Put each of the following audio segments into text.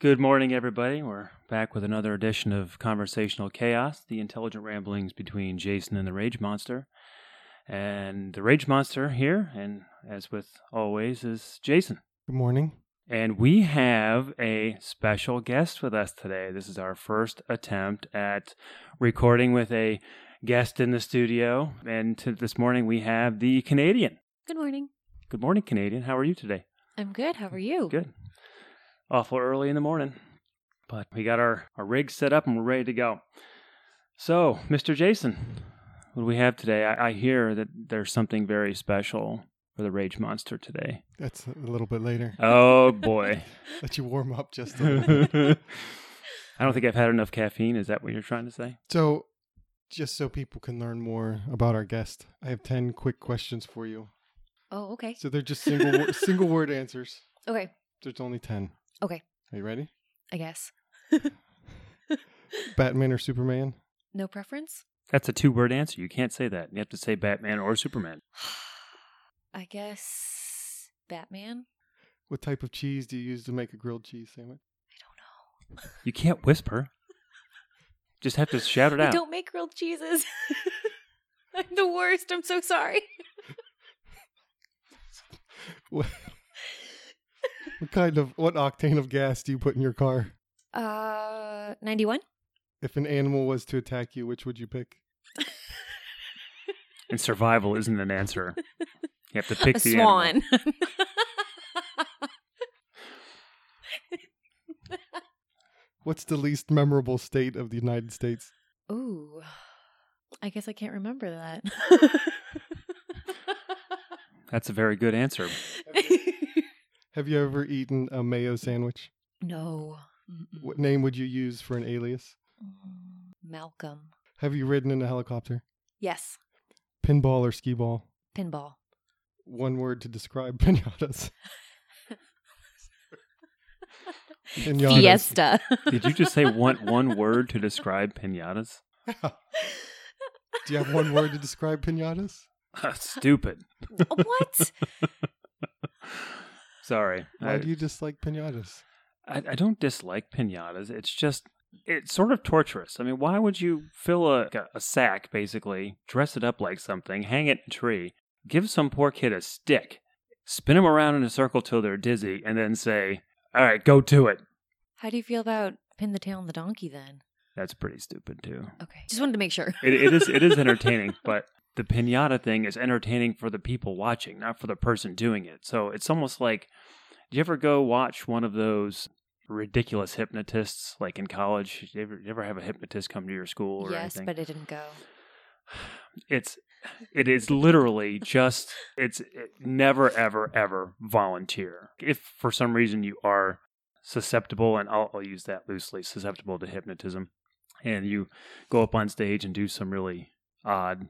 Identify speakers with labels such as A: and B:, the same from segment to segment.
A: Good morning, everybody. We're back with another edition of Conversational Chaos, the intelligent ramblings between Jason and the Rage Monster. And the Rage Monster here, and as with always, is Jason.
B: Good morning.
A: And we have a special guest with us today. This is our first attempt at recording with a guest in the studio. And to this morning, we have the Canadian.
C: Good morning.
A: Good morning, Canadian. How are you today?
C: I'm good. How are you?
A: Good. Awful early in the morning, but we got our, our rig set up and we're ready to go. So, Mr. Jason, what do we have today? I, I hear that there's something very special for the Rage Monster today.
B: That's a little bit later.
A: Oh, boy.
B: Let you warm up just a little. bit.
A: I don't think I've had enough caffeine. Is that what you're trying to say?
B: so, just so people can learn more about our guest, I have ten quick questions for you.
C: Oh, okay.
B: So they're just single wo- single word answers.
C: Okay,
B: There's only ten.
C: Okay.
B: Are you ready?
C: I guess.
B: Batman or Superman?
C: No preference?
A: That's a two word answer. You can't say that. You have to say Batman or Superman.
C: I guess Batman?
B: What type of cheese do you use to make a grilled cheese sandwich?
C: I
A: You can't whisper. Just have to shout it
C: don't know. I
A: out.
C: don't make grilled cheeses. I'm the worst. I'm so sorry.
B: What kind of what octane of gas do you put in your car?
C: Uh, 91?
B: If an animal was to attack you, which would you pick?
A: And survival isn't an answer. You have to pick
C: A
A: the animal.
C: swan.
B: What's the least memorable state of the United States?
C: Ooh. I guess I can't remember that.
A: That's a very good answer.
B: Have you ever eaten a mayo sandwich?
C: no. Mm-mm.
B: What name would you use for an alias?
C: Mm, Malcolm.
B: Have you ridden in a helicopter?
C: Yes.
B: Pinball or skee ball?
C: Pinball.
B: One word to describe pinatas. pinatas.
C: Fiesta.
A: Did you just say want one word to describe pinatas?
B: Do you have one word to describe pinatas?
A: Stupid.
C: what?
A: Sorry.
B: Why
A: I,
B: do you dislike pinatas?
A: I, I don't dislike pinatas. It's just, it's sort of torturous. I mean, why would you fill a, a sack, basically, dress it up like something, hang it in a tree, give some poor kid a stick, spin them around in a circle till they're dizzy, and then say, all right, go to it?
C: How do you feel about pin the tail on the donkey then?
A: That's pretty stupid, too.
C: Okay. Just wanted to make sure.
A: It, it is it is entertaining, but the pinata thing is entertaining for the people watching, not for the person doing it. So it's almost like, do you ever go watch one of those ridiculous hypnotists, like in college? You ever, you ever have a hypnotist come to your school or
C: yes,
A: anything?
C: but it didn't go.
A: it's it is literally just it's it, never ever ever volunteer. If for some reason you are susceptible, and I'll, I'll use that loosely, susceptible to hypnotism, and you go up on stage and do some really odd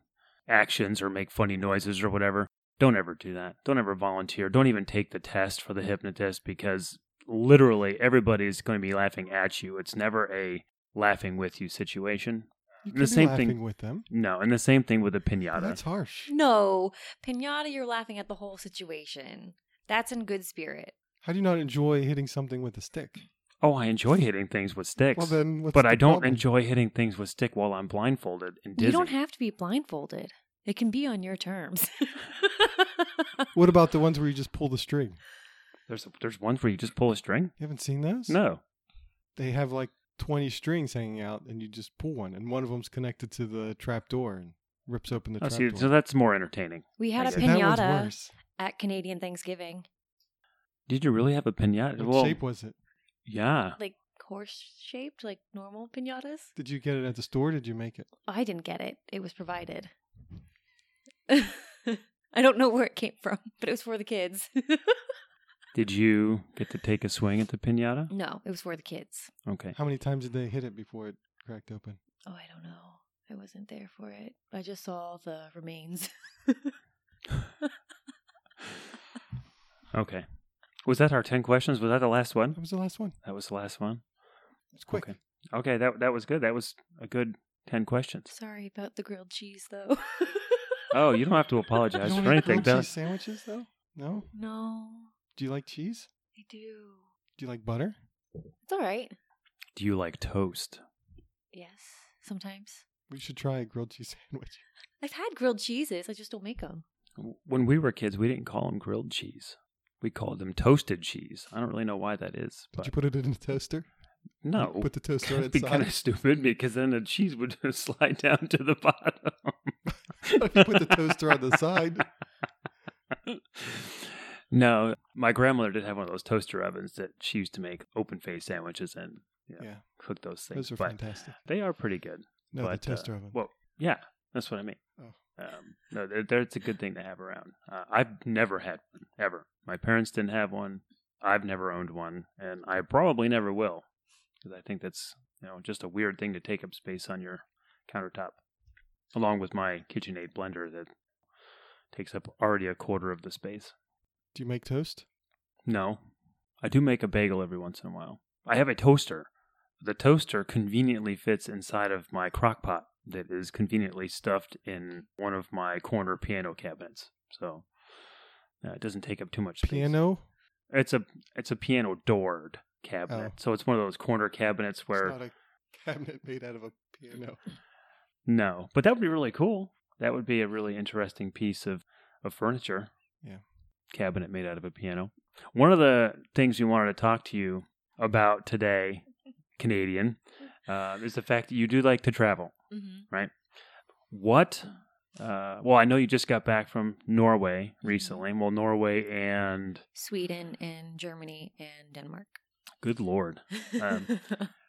A: actions or make funny noises or whatever, don't ever do that. Don't ever volunteer. Don't even take the test for the hypnotist because literally everybody is going to be laughing at you. It's never a laughing with you situation. The
B: You could be
A: same
B: laughing
A: thing-
B: with them.
A: No, and the same thing with a
B: Oh,
A: pinata.
B: that's harsh.
C: No, pinata, you're laughing at the whole situation. That's in good spirit.
B: How do you not enjoy hitting something with a stick?
A: Oh, I enjoy hitting things with sticks.
B: Well, then, what's
A: but
B: the
A: I don't
B: problem?
A: enjoy hitting things with stick while I'm blindfolded and dizzy.
C: You don't have to be blindfolded. It can be on your terms.
B: What about the ones where you just pull the string?
A: There's there's ones where you just pull a string.
B: You haven't seen those?
A: No,
B: They have like 20 strings hanging out, and you just pull one, and one of them's connected to the trap door and rips open the
A: oh,
B: trap
A: see,
B: door.
A: so that's more entertaining.
C: we had
A: I
C: a
A: see.
B: And that one's
C: pinata
B: worse.
C: at Canadian Thanksgiving,
A: Did you really have a pinata?
B: What
A: well,
B: shape was it?
A: yeah.
C: like horse shaped, like normal pinatas.
B: Did you get it at the store? Did you make it?
C: Oh, I didn't get it. It was provided. I don't know where it came from, but it was for the kids.
A: Did you get to take a swing at the pinata?
C: no, it was for the kids.
A: Okay.
B: How many times did they hit it before it cracked open?
C: Oh, I don't know. I wasn't there for it. I just saw the remains.
A: Okay. Was that our ten questions? Was that the last one?
B: That was the last one.
A: That was the last one.
B: It's quick.
A: Okay. Okay. That that was good. That was a good ten questions.
C: Sorry about the grilled cheese, though.
A: Oh, you don't have to
B: You
A: apologize
B: don't
A: for
B: eat
A: anything.
B: grilled
A: That-
B: cheese sandwiches though? No.
C: No,
B: Do you like cheese?
C: I do.
B: Do you like butter?
C: It's all right.
A: Do you like toast?
C: Yes, sometimes.
B: We should try a grilled cheese sandwich.
C: I've had grilled cheeses. I just don't make them.
A: When we were kids, we didn't call them grilled cheese. We called them toasted cheese. I don't really know why that is,
B: Did
A: but
B: you put it in the toaster?
A: no.
B: Put the toaster on
A: That'd
B: its
A: be kind
B: side.
A: of stupid because then the cheese would slide down to the bottom.
B: If you put the toaster on the side.
A: No, my grandmother did have one of those toaster ovens that she used to make open faced sandwiches and you know,
B: Yeah.
A: cook those things.
B: Those are
A: but
B: fantastic.
A: they are pretty good.
B: No,
A: but,
B: the
A: uh,
B: toaster oven.
A: Well, yeah, that's what I mean.
B: Oh.
A: Um, no, they're, they're, it's a good thing to have around. Uh, I've never had one ever. My parents didn't have one. I've never owned one, and I probably never will because I think that's you know just a weird thing to take up space on your countertop, along with my KitchenAid blender that takes up already a quarter of the space.
B: Do you make toast?
A: No. I do make a bagel every once in a while. I have a toaster. The toaster conveniently fits inside of my crock pot that is conveniently stuffed in one of my corner piano cabinets. So uh, it doesn't take up too much space.
B: Piano?
A: It's a it's a piano doored cabinet.
B: Oh.
A: So it's one of those corner cabinets where
B: It's not a cabinet made out of a piano.
A: no, but that would be really cool. That would be a really interesting piece of, of furniture.
B: Yeah.
A: Cabinet made out of a piano. One of the things we wanted to talk to you about today, Canadian, uh, is the fact that you do like to travel.
C: Mm-hmm.
A: What? Uh, well, I know you just got back from Norway recently. Well, Norway and
C: Sweden and Germany and Denmark.
A: good lord, Um,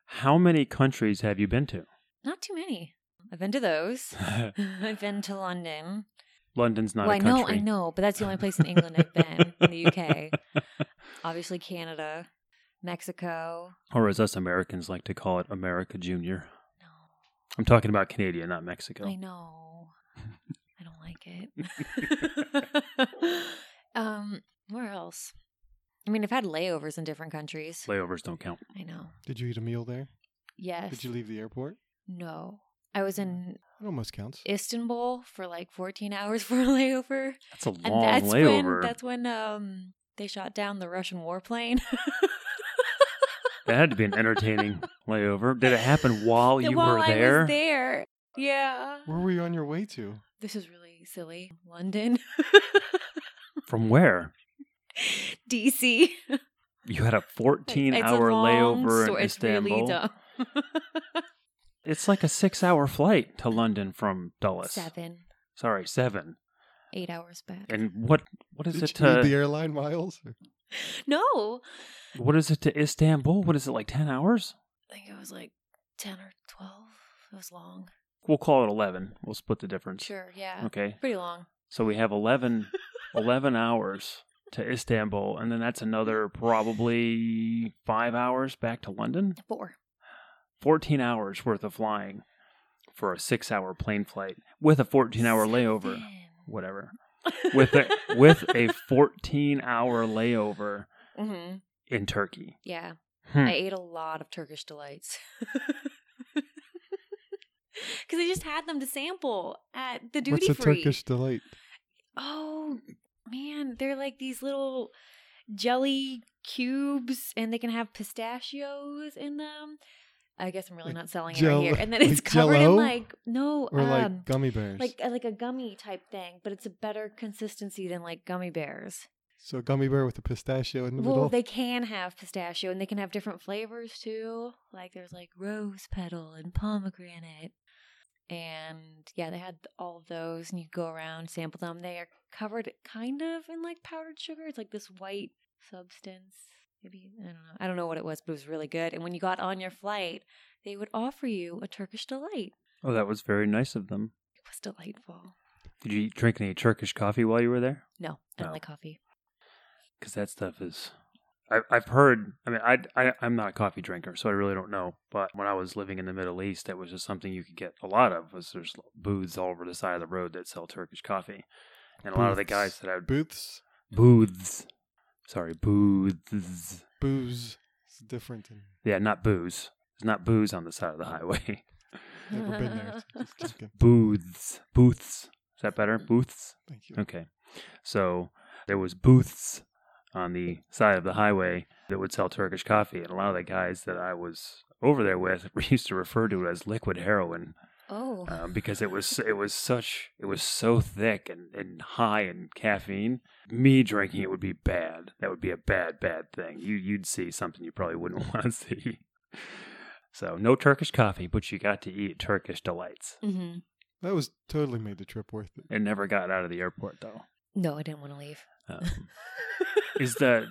A: how many countries have you been to?
C: Not too many. I've been to those. I've been to London.
A: London's not
C: well,
A: a
C: I know,
A: country.
C: I know, but that's the only place in England I've been in the UK. Obviously, Canada, Mexico.
A: Or as us Americans like to call it, America Junior.
C: No,
A: I'm talking about Canada, not Mexico.
C: I know. I don't like it. um, where else? I mean, I've had layovers in different countries.
A: Layovers don't count.
C: I know.
B: Did you eat a meal there?
C: Yes.
B: Did you leave the airport?
C: No. I was in
A: Mm.
B: It almost counts.
C: Istanbul for like 14 hours for a layover.
A: That's a long
C: And that's
A: layover.
C: when that's when um they shot down the Russian warplane.
A: That had to be an entertaining layover. Did it happen while you
C: While
A: were
C: I
A: there?
C: was there. Yeah.
B: Where were you on your way to?
C: This is really silly. London,
A: From where?
C: DC.
A: You had a 14
C: It's a
A: hour
C: long
A: layover
C: sto-
A: in Istanbul.
C: It's really dumb.
A: It's like a six hour flight to London from Dulles.
C: Seven,
A: Sorry, seven.
C: eight hours back.
A: And what what is
B: Did
A: it
B: you need
A: to
B: the airline miles? Or-
C: no,
A: what is it to Istanbul? What is it like ten hours?
C: I think it was like ten or twelve. It was long.
A: We'll call it eleven. We'll split the difference.
C: Sure, yeah,
A: Okay.
C: pretty long.
A: So we have 11, 11 hours to Istanbul, and then that's another probably five hours back to London.
C: Four.
A: 14 hours worth of flying for a six hour plane flight with a 14 hour layover,
C: Seven.
A: whatever. With a, with a 14 hour layover
C: hmm
A: in Turkey.
C: Yeah.
A: Hmm.
C: I ate a lot of Turkish delights. Because I just had them to sample at the duty
B: What's a
C: free.
B: Turkish delight?
C: Oh, man. They're like these little jelly cubes and they can have pistachios in them. I guess I'm really
B: Like
C: not selling
B: Jell-
C: it right here. And then it's
B: like
C: covered
B: Jell-O?
C: in like, no,
B: Or
C: um,
B: like gummy bears?
C: like, uh, like, a gummy type thing, but it's a better consistency than like gummy bears.
B: so a gummy bear with a pistachio in the
C: Well,
B: middle?
C: they can have pistachio and they can have different flavors too. Like there's like rose petal and pomegranate. And yeah, they had all of those and you go around, sample them. They are covered kind of in like powdered sugar. It's like this white substance. Maybe I don't know. I don't know what it was, but it was really good. And when you got on your flight, they would offer you a Turkish delight.
A: Oh, that was very nice of them.
C: It was delightful.
A: Did you drink any Turkish coffee while you were there?
C: No, I don't
A: Oh.
C: like coffee.
A: because that stuff is I, i've heard i mean I, I i'm not a coffee drinker so i really don't know but when i was living in the middle east that was just something you could get a lot of was there's booths all over the side of the road that sell turkish coffee and a lot of the
B: Booths.
A: guys that i would
B: Booths?
A: booths sorry booths
B: Booze. It's different. than
A: yeah not booze there's not booze on the side of the highway
B: never been there. Just joking.
A: booths booths is that better booths
B: Thank you.
A: okay so there was booths on the side of the highway that would sell Turkish coffee. And a lot of the guys that I was over there with used to refer to it as liquid heroin
C: Oh.
A: um, because it was it was such it was so thick and, and high in caffeine. Me drinking it would be bad. That would be a bad bad thing. You you'd see something you probably wouldn't want to see. So no Turkish coffee, but you got to eat Turkish delights.
C: hmm
B: That was totally made the trip worth it.
A: It never got out of the airport though.
C: No, I didn't want to leave.
A: Um, is that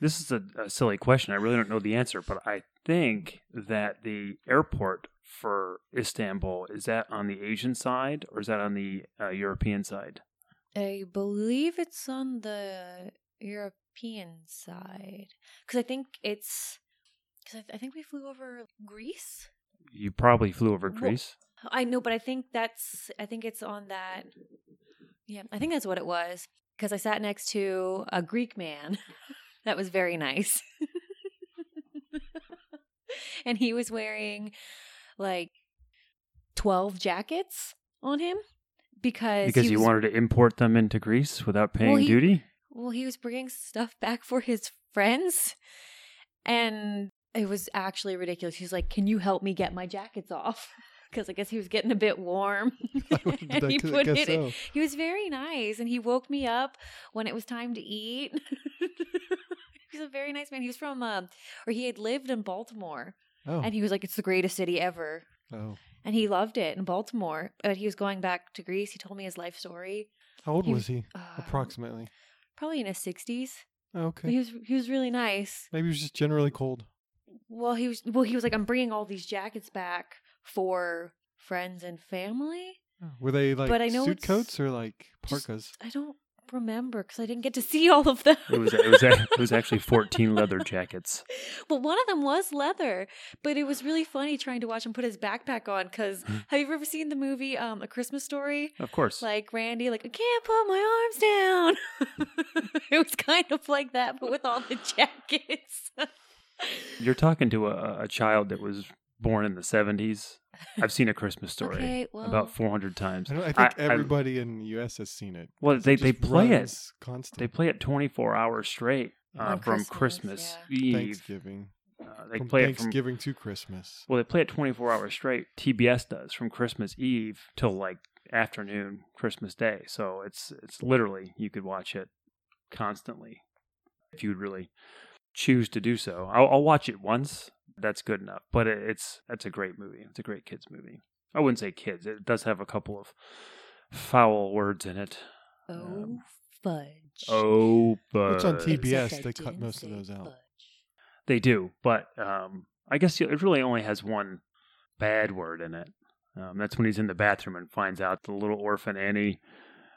A: this is a, a silly question? I really don't know the answer, but I think that the airport for Istanbul is that on the Asian side or is that on the uh, European side?
C: I believe it's on the European side because I think it's because I, th- I think we flew over Greece.
A: You probably flew over
C: Well-
A: Greece.
C: I know, but I think that's I think it's on that. Yeah, I think that's what it was because I sat next to a Greek man that was very nice, and he was wearing like twelve jackets on him because
A: because
C: he
A: you
C: was-
A: wanted to import them into Greece without paying
C: he-
A: duty.
C: Well, he was bringing stuff back for his friends. And it was actually ridiculous. He was like, Can you help me get my jackets off? Because I guess he was getting a bit warm. and he put it in. He was very nice. And he woke me up when it was time to eat. He was a very nice man. He was from, uh, or he had lived in Baltimore.
B: Oh.
C: And he was like, It's the greatest city ever.
B: oh.
C: And he loved it in Baltimore. But he was going back to Greece. He told me his life story.
B: How old
C: He
B: was he?
C: Um,
B: Approximately.
C: Probably in his 60s.
B: Oh,
C: But He
B: okay.
C: was he was really nice.
B: Maybe he was just generally cold.
C: Well, he was well he was like I'm bringing all these jackets back for friends and family.
B: Oh, Were they like
C: But I know
B: suit
C: it's
B: coats or like
C: just-
B: parkas?
C: I don't remember because I didn't get to see all of them.
A: It was it was ac- it was actually fourteen leather jackets.
C: But one of them was leather. But it was really funny trying to watch him put his backpack on because
A: Hmm.
C: have you ever seen the movie um, A Christmas Story?
A: Of course,
C: Like Randy, like I can't put my arms down. it was kind of like that, but with all the jackets.
A: you're talking to a, a child that was born in the seventies. I've seen a Christmas story
C: Okay, well,
A: about four hundred times.
B: I, don't, I think
A: I- I-
B: everybody in the U.S. has seen it.
A: Well,
B: 'cause
A: they-
B: it
A: they
B: just
A: play it.
B: runs Constant.
A: They play it twenty four hours straight uh,
C: On
A: from Christmas,
C: Christmas,
A: Eve.
B: Thanksgiving.
A: Uh, they
B: from
A: play it from
B: Thanksgiving to Christmas.
A: well, they play it twenty four hours straight. TBS does from Christmas Eve till like afternoon Christmas Day. So it's it's literally you could watch it constantly if you'd really choose to do so. I'll, I'll watch it once. That's good enough. But it, it's that's a great movie. It's a great kids movie. I wouldn't say kids. It does have a couple of foul words in it.
C: oh
A: Um,
C: fudge.
A: Oh, but
B: It's on TV. TBS,
C: Except
B: they
C: I
B: cut
C: didn't
B: most of
C: say
B: those out.
C: fudge.
A: They do, but um, I guess it really only has one bad word in it. Um, that's when he's in the bathroom and finds out the little orphan Annie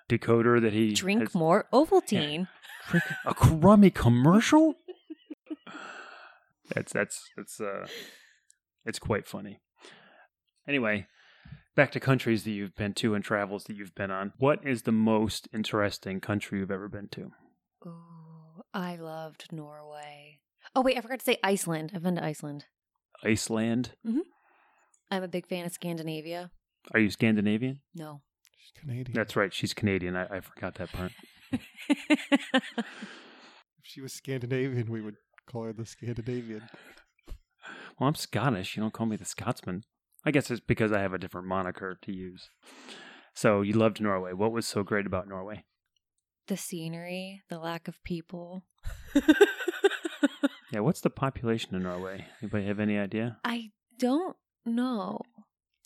A: decoder that he
C: Drink
A: has-
C: more Ovaltine.
A: Drink a crummy commercial. that's that's that's uh, it's quite funny. Anyway, back to countries that you've been to and travels that you've been on. What is the most interesting country you've ever been to?
C: Ooh, I loved Norway. Oh wait, I forgot to say Iceland. I've been to Iceland.
A: Iceland.
C: I'm a big fan of Scandinavia.
A: Are you Scandinavian?
C: No.
B: She's Canadian.
A: That's right. She's Canadian. I, I forgot that part.
B: if she was Scandinavian, we would call her the Scandinavian.
A: Well, I'm Scottish. You don't call me the Scotsman. I guess it's because I have a different moniker to use. So you loved Norway. What was so great about Norway?
C: the scenery, the lack of people.
A: Yeah, what's the population in Norway? Anybody have any idea?
C: I don't know.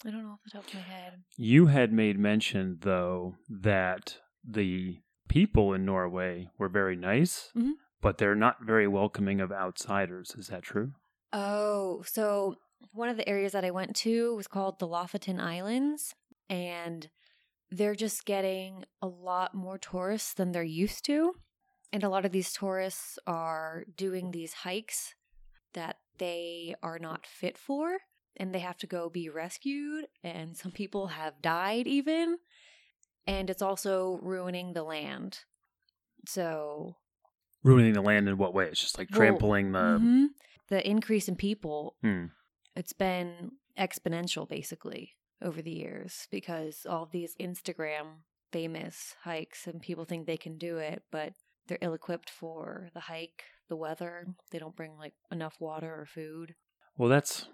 C: I don't know off the top of my head.
A: You had made mention though that the people in Norway were very nice,
C: Mhm.
A: but they're not very welcoming of outsiders. Is that true?
C: Oh, so one of the areas that I went to was called the Lofoten Islands, and they're just getting a lot more tourists than they're used to. And a lot of these tourists are doing these hikes that they are not fit for, and they have to go be rescued. And some people have died, even. And it's also ruining the land. So
A: Ruining the land in what way? It's just like
C: Well,
A: trampling the.
C: mhm. the increase in people
A: Hmm.
C: it's been exponential basically over the years because all these Instagram famous hikes and people think they can do it, but they're ill equipped for the hike, the weather. They don't bring like enough water or food.
A: Well, that's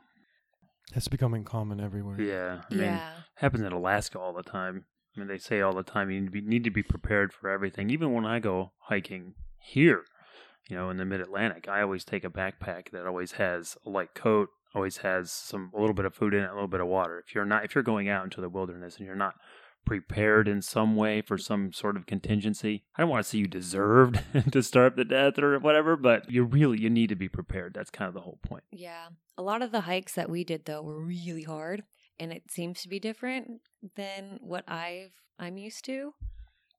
B: That's becoming common everywhere.
A: yeah. I mean,
C: yeah.
A: happens in Alaska all the time. I mean, they say all the time you need to be, need to be prepared for everything. Even when I go hiking here, you know, in the Mid Atlantic, I always take a backpack that always has a light coat, always has some a little bit of food in it, a little bit of water. If you're not, if you're going out into the wilderness and you're not prepared in some way for some sort of contingency, I don't want to say you deserved to starve to death or whatever, but you really you need to be prepared. That's kind of the whole point.
C: Yeah. A lot of the hikes that we did though were really hard and it seems to be different than what I've I'm used to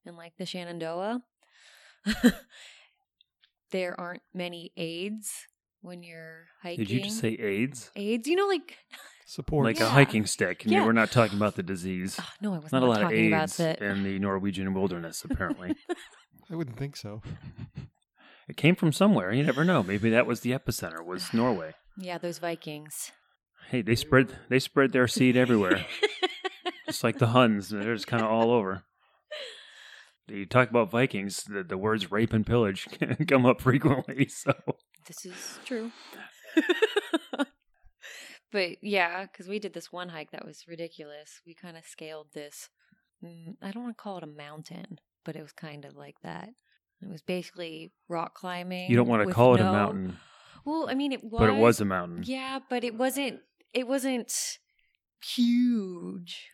C: and like the Shenandoah. there aren't many aids when you're hiking.
A: Did you just say AIDS?
C: aids? You know like
B: Support.
A: like uh, a
C: Yeah.
A: hiking stick. and
C: Yeah.
A: We're not talking about the disease.
C: Oh, no, I was
A: Not
C: not,
A: a lot of
C: talking
A: AIDS
C: about that.
A: in the Norwegian wilderness, apparently.
B: I wouldn't think so.
A: it came from somewhere. You never know. Maybe that was the epicenter was Norway.
C: yeah, those Vikings.
A: Hey, they spread they spread their seed everywhere, just like the Huns. They're just kind of all over. You talk about Vikings, the, the words rape and pillage can come up frequently. So
C: This is true. but yeah, because we did this one hike that was ridiculous. We kind of scaled this, mm, I don't want to call it a mountain, but it was kind of like that. It was basically rock climbing.
A: you don't want to
C: with
A: call it a
C: no-
A: mountain,
C: Well, I mean, it was.
A: but it was a mountain.
C: Yeah, but it wasn't. It wasn't huge.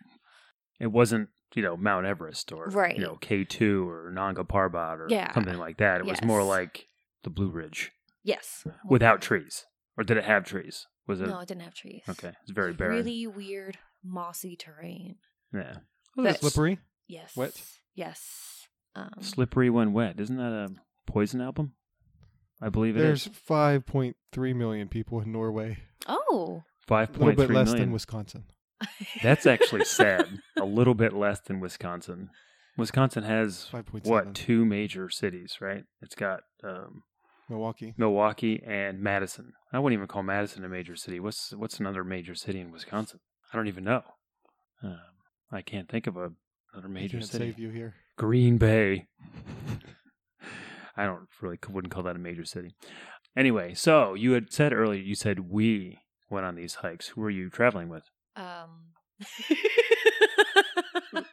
A: It wasn't you know Mount Everest or
C: Right.
A: you know K two or Nanga Parbat or
C: Yeah.
A: something like that. It was more
C: Yes.
A: like the Blue Ridge.
C: Yes.
A: Uh, without trees, or did it have trees? Was it
C: Oh. No, it didn't have trees.
A: okay? It's very barren.
C: Really weird, mossy terrain.
A: yeah,
C: But-
B: Slippery.
C: Yes.
B: Wet?
C: Yes. Um,
A: slippery when wet. Isn't that a Poison album? I believe it is.
B: There's 5.3 million people in Norway.
C: oh.
A: Five
B: A little
A: point
B: bit
A: three
B: less
A: million.
B: than Wisconsin.
A: That's actually sad. a little bit less than Wisconsin. Wisconsin has
B: 5.7.
A: what two major cities? Right? It's got um,
B: Milwaukee.
A: Milwaukee and Madison. I wouldn't even call Madison a major city. What's what's another major city in Wisconsin? I don't even know. Um, I can't think of a, another
B: I
A: major
B: can't
A: city.
B: save you here.
A: Green Bay. I don't really wouldn't call that a major city. Anyway, so you had said earlier, you said we went on these hikes. Who were you traveling with?
C: Um.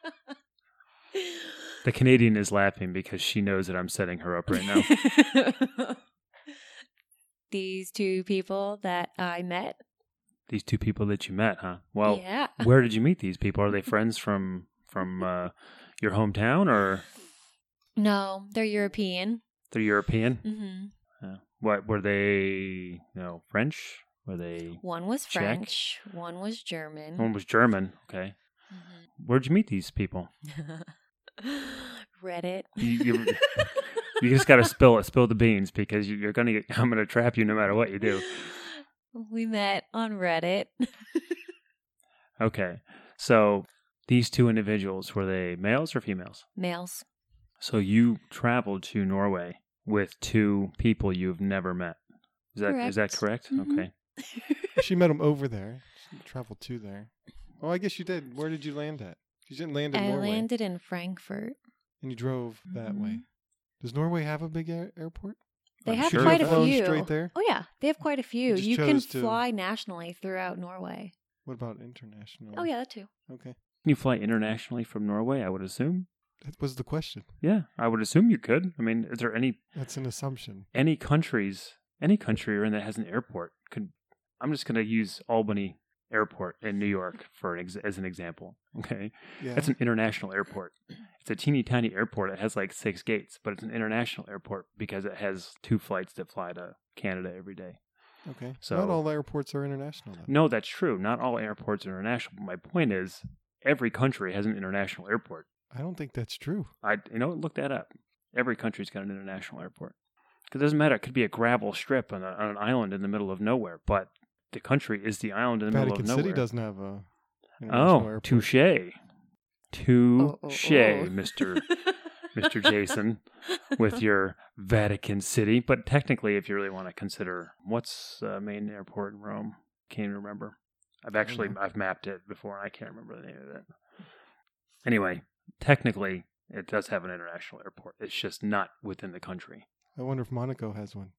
A: The Canadian is laughing because she knows that I'm setting her up right now.
C: now. These two people that I met.
A: these two people that you met, huh? Well,
C: yeah.
A: where did you meet these people? Are they friends from from uh, your hometown or
C: No, they're European.
A: they're European?
C: hmm
A: Uh, what were they? You know, French? Were they?
C: One was
A: Czech.
C: French. One was German.
A: One was German. Okay,
C: Mhm.
A: where'd you meet these people?
C: Mm-hmm. Reddit.
A: You- you- You just got to spill it, spill the beans, because you- you're gonna. Get, I'm gonna trap you no matter what you do.
C: We met on Reddit.
A: Okay, so these two individuals were they males or females?
C: Males.
A: So you traveled to Norway with two people you've never met. Is that is that correct?
C: Mhm.
A: Okay.
B: she met him over there. She traveled to there. Oh, I guess you did. Where did you land at? You didn't land in
C: I
B: Norway.
C: landed in Frankfurt.
B: and you drove that way.
C: Mhm.
B: Does Norway have a big air- airport?
C: They
A: I'm
C: have
A: sure
B: Could you
A: it
C: quite
B: have
C: a
B: flown
C: few.
B: Straight there.
C: Oh yeah, they have quite a few.
B: Just
C: You can
B: chose to-
C: fly nationally throughout Norway.
B: What about international?
C: Oh yeah, that too.
B: Okay.
A: Can you fly internationally from Norway? I would assume.
B: That was the question.
A: Yeah, I would assume you could. I mean, is there any
B: That's an assumption.
A: any countries any country you're in that has an airport could i'm just going to use albany airport in new york for an ex- as an example okay
B: Yeah.
A: that's an international airport it's a teeny tiny airport it has like six gates but it's an international airport because it has two flights that fly to canada every day
B: okay.
A: so-
B: Not all airports are international. Though.
A: no that's true not all airports are international but my point is every country has an international airport
B: I don't think that's true.
A: I you know look that up. Every country's got an international airport. 'Cause it doesn't matter. It could be a gravel strip on, a, on an island in the middle of nowhere, but the country is the island in the
B: Vatican
A: middle of
B: City
A: nowhere.
B: doesn't have a. international
A: oh,
B: airport.
A: touche,
C: Oh, oh,
A: touche,
C: oh.
A: Mister Mister Jason, with your Vatican City. But technically, if you really want to consider what's the main airport in Rome, can't remember. I've actually
B: know.
A: I've mapped it before. and I can't remember the name of it. Anyway, technically, It does have an international airport. It's just not within the country,
B: I wonder if Monaco has one.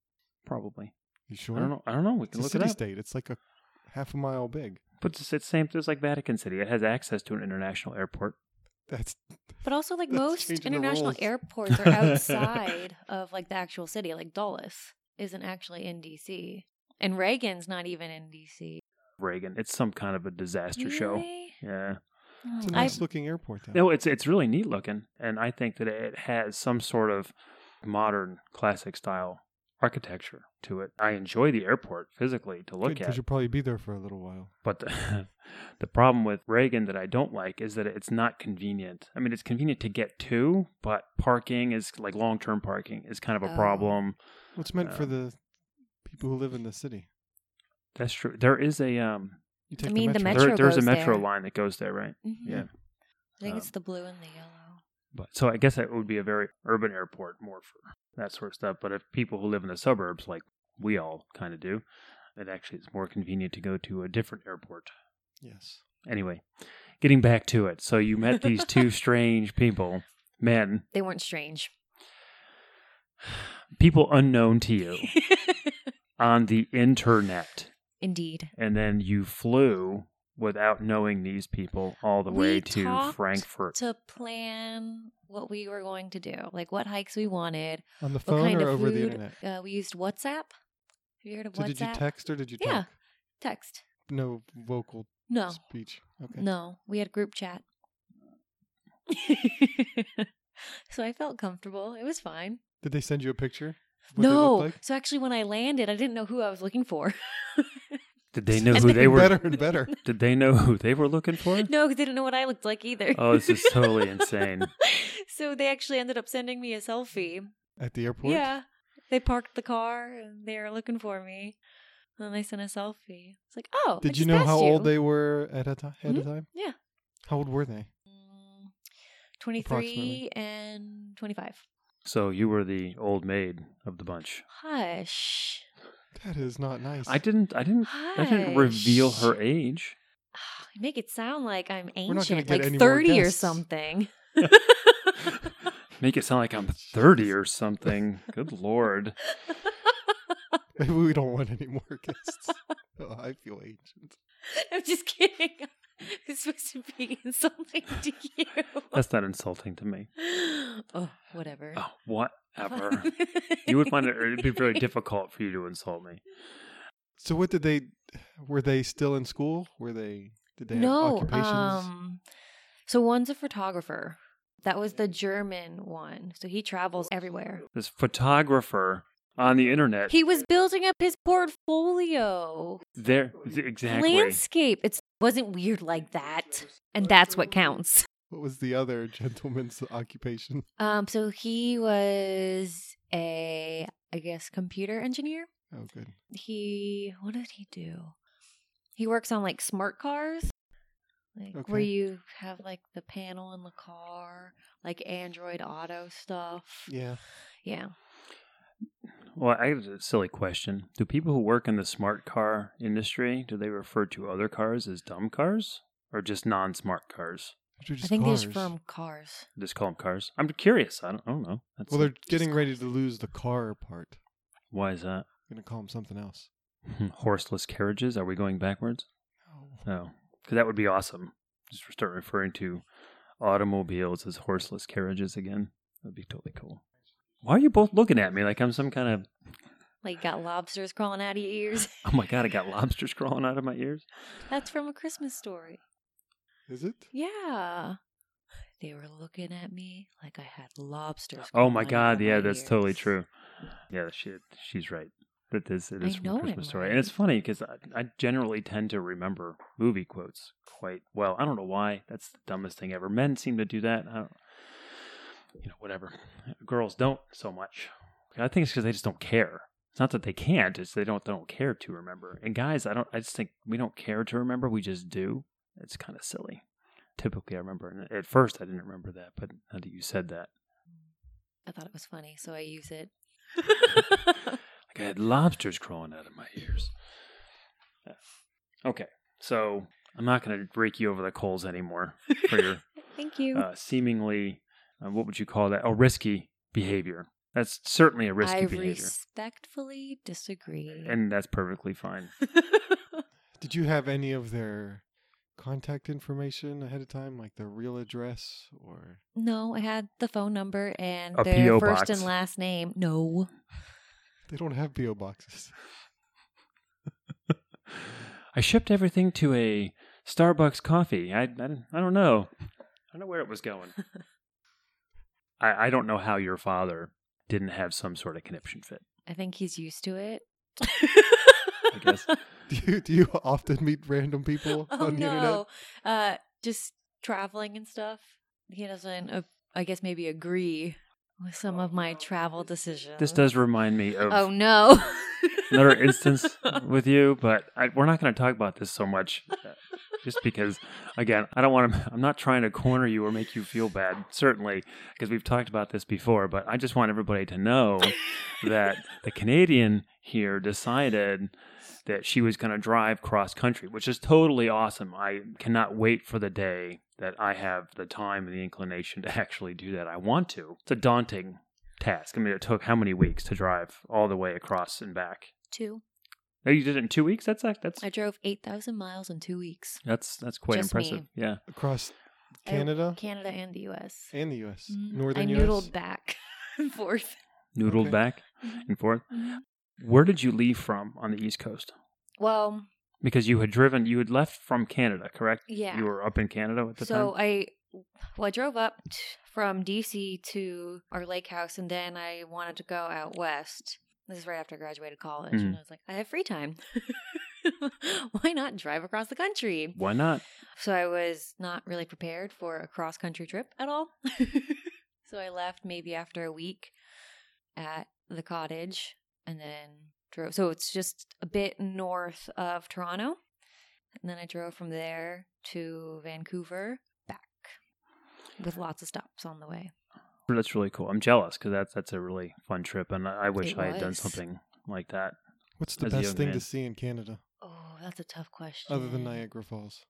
A: probably.
B: You sure?
A: I don't know. I don't know. We
B: It's
A: can
B: a
A: look
B: city
A: it up.
B: state. It's like a half a mile big.
A: But it's the same thing as like Vatican City. It has access to an international airport.
B: That's
C: But also, like
B: That's
C: most
B: changing the
C: international
B: rules.
C: airports are outside of like the actual city. Like Dulles isn't actually in D.C. and Reagan's not even in D.C.
A: Reagan. It's some kind of a disaster show.
C: Really? Oh,
A: Yeah.
B: it's a
C: I
B: nice looking airport. Though.
A: No, it's it's really neat looking, and I think that it has some sort of modern classic style architecture to it. I enjoy the airport physically to look
B: because
A: at,
B: you'll probably be there for a little while.
A: but the, the problem with Reagan that I don't like is that it's not convenient. I mean, it's convenient to get to, but parking is like long term parking is kind of a
C: Oh.
A: problem.
B: Well, it's meant for
A: Um,
B: the people who live in the city.
A: That's true. There is a um,
B: You take
C: mean, the
B: metro.
A: there, there's a
C: goes
A: metro
C: there.
A: line that goes there, right?
C: Mhm.
A: Yeah.
C: I think it's
A: Um,
C: the blue and the yellow.
A: But so I guess it would be a very urban airport more for that sort of stuff. But if people who live in the suburbs, like we all kind of do, it actually is more convenient to go to a different airport.
B: yes.
A: Anyway, getting back to it. So you met these two strange people, men,
C: They weren't strange.
A: people unknown to you on the internet.
C: Indeed.
A: And then you flew without knowing these people all the
C: We
A: way to
C: talked
A: Frankfurt.
C: To plan what we were going to do, like what hikes we wanted.
B: On the
C: What
B: phone
C: kind
B: or
C: of
B: over the
C: food?
B: internet.
C: Uh, we used WhatsApp. Have you heard of
B: So
C: WhatsApp?
B: did you text or did you
C: Yeah.
B: talk?
C: Text.
B: No vocal
C: No.
B: speech. Okay.
C: No, we had group chat. so I felt comfortable. It was fine.
B: Did they send you a picture? of what they
C: no.
B: looked like?
C: So actually, when I landed, I didn't know who I was looking for.
A: Did they know
C: And
A: who
C: they
A: they were?
B: better and better.
A: Did they know who they were looking for?
C: no, because they didn't know what I looked like either.
A: Oh, this is totally insane.
C: so they actually ended up sending me a selfie.
B: At the airport?
C: Yeah. They parked the car and they were looking for me. And then they sent a selfie. It's like, oh, I
B: Did you
C: just
B: know
C: passed
B: how
C: you. Mm-hmm.
B: old they were at a time? At a time?
C: Yeah.
B: How old were they?
C: Mm, 23 and 25.
A: So you were the old maid of the bunch.
C: Hush.
B: That is not nice.
A: I didn't. I didn't.
C: Hush. Ah,
A: I didn't reveal her age.
C: You make it sound like I'm
B: not gonna
C: ancient,
B: get
C: like
B: any more
C: 30 or
B: guests.
C: something.
A: Make it sound like I'm thirty or something. Good lord.
B: Maybe we don't want any more guests. oh, I feel ancient.
C: I'm just kidding. It's supposed to be insulting to you.
A: That's not insulting to me.
C: oh, whatever.
A: Oh, whatever. you would find it. It'd be very difficult for you to insult me.
B: So what did they? Were they still in school? Were they? Did they have
C: no,
B: occupations?
C: um, so one's a photographer. That was the German one. So he travels everywhere.
A: This photographer on the internet.
C: He was building up his portfolio.
A: there exactly.
C: Landscape. It wasn't weird like that. And that's what counts.
B: what was the other gentleman's occupation?
C: Um, so he was a, I guess, computer engineer.
B: Oh, good.
C: He, what did he do? He works on like smart cars, like where
B: Okay.
C: you have like the panel in the car, like Android Auto stuff.
B: Yeah.
C: Yeah.
A: Well, I have a silly question. Do people who work in the smart car industry do they refer to other cars as dumb cars or just non-smart cars?
B: They're just
C: I think
B: cars.
C: there's from cars.
A: Just call them cars. I'm curious. I don't, I don't know. That's
B: Well, they're getting ready to lose the car part.
A: why is that? Hmm,
B: I'm gonna call them something else.
A: Horseless carriages? Are we going backwards?
B: No.
A: No, because that would be awesome. Just start referring to automobiles as horseless carriages again. That'd be totally cool. Why are you both looking at me like I'm some kind of?
C: Like you got lobsters crawling out of your ears.
A: Oh my god! I got lobsters crawling out of my ears.
C: That's from a Christmas story.
B: Is it?
C: Yeah. They were looking at me like I had lobsters.
A: Oh my
C: crawling out
A: god!
C: of
A: Yeah,
C: my
A: that's totally
C: ears.
A: true. Yeah, she she's right. That this it
C: I
A: is from
C: know
A: a Christmas
C: I'm
A: story,
C: right.
A: and it's funny because I, I generally tend to remember movie quotes quite well. I don't know why. That's the dumbest thing ever. Men seem to do that. I don't, you know, whatever. Girls don't so much. I think it's because they just don't care. It's not that they can't; it's they don't they don't care to remember. And guys, I don't. I just think we don't care to remember. We just do. It's kind of silly. Typically, I remember. And at first, I didn't remember that, but now that you said that,
C: I thought it was funny, so I use it.
A: Like I had lobsters crawling out of my ears. Yeah. Okay, so I'm not going to break you over the coals anymore for your
C: Thank you.
A: uh, seemingly uh, what would you call that? Oh, risky behavior. That's certainly a risky
C: I
A: behavior,
C: respectfully disagree.
A: and that's perfectly fine.
B: Did you have any of their contact information ahead of time, like their real address or?
C: no, I had the phone number and
A: A
C: their
A: P.O.
C: first
A: box.
C: and last name. No.
B: They don't have PO boxes.
A: I shipped everything to a Starbucks coffee. I I, don't- I don't know. I don't know where it was going. I, I don't know how your father didn't have some sort of conniption fit.
C: I think he's used to it.
A: I guess.
B: Do you do you often meet random people
C: Oh
B: on the internet?
C: no. Uh just traveling and stuff. He doesn't uh, I guess maybe agree with some of my travel decisions.
A: This does remind me of
C: Uh-huh. Oh no.
A: another instance with you, but I, we're not going to talk about this so much, uh, just because, again, I don't want to. I'm not trying to corner you or make you feel bad, certainly, because we've talked about this before. But I just want everybody to know that the Canadian here decided that she was going to drive cross country, which is totally awesome. I cannot wait for the day that I have the time and the inclination to actually do that. I want to. It's a daunting task. I mean, it took how many weeks to drive all the way across and back?
C: Two.
A: No, Oh, you did it in two weeks. That's like, that's
C: I drove 8,000 miles in 2 weeks.
A: that's that's quite
C: Just
A: impressive.
C: me.
A: Yeah,
B: Across
C: I-
B: Canada
C: Canada and the US.
B: and the U.S.,
C: Mm,
B: northern
C: I
B: U.S.
C: noodled back and forth. Mm-hmm.
A: noodled
B: Okay.
A: back and forth. Where did you leave from on the East Coast?
C: Well,
A: Because you had driven, you had left from Canada, correct?
C: yeah.
A: You were up in Canada at the
C: so
A: time.
C: I well, I drove up t- from DC to our lake house, and then I wanted to go out west. This is right after I graduated college,
A: Mm.
C: and I was like, I have free time. Why not drive across the country?
A: Why not?
C: So I was not really prepared for a cross country trip at all. so I left maybe after a week at the cottage and then drove. So it's just a bit north of Toronto. And then I drove from there to Vancouver back with lots of stops on the way.
A: That's really cool. I'm jealous because that's that's a really fun trip, and I, I wish
C: It
A: I had done
C: was.
A: something like that.
B: What's the
A: As a
B: best
A: young
B: thing
A: man.
B: to see in Canada
C: Oh, that's a tough question.
B: other than Niagara Falls?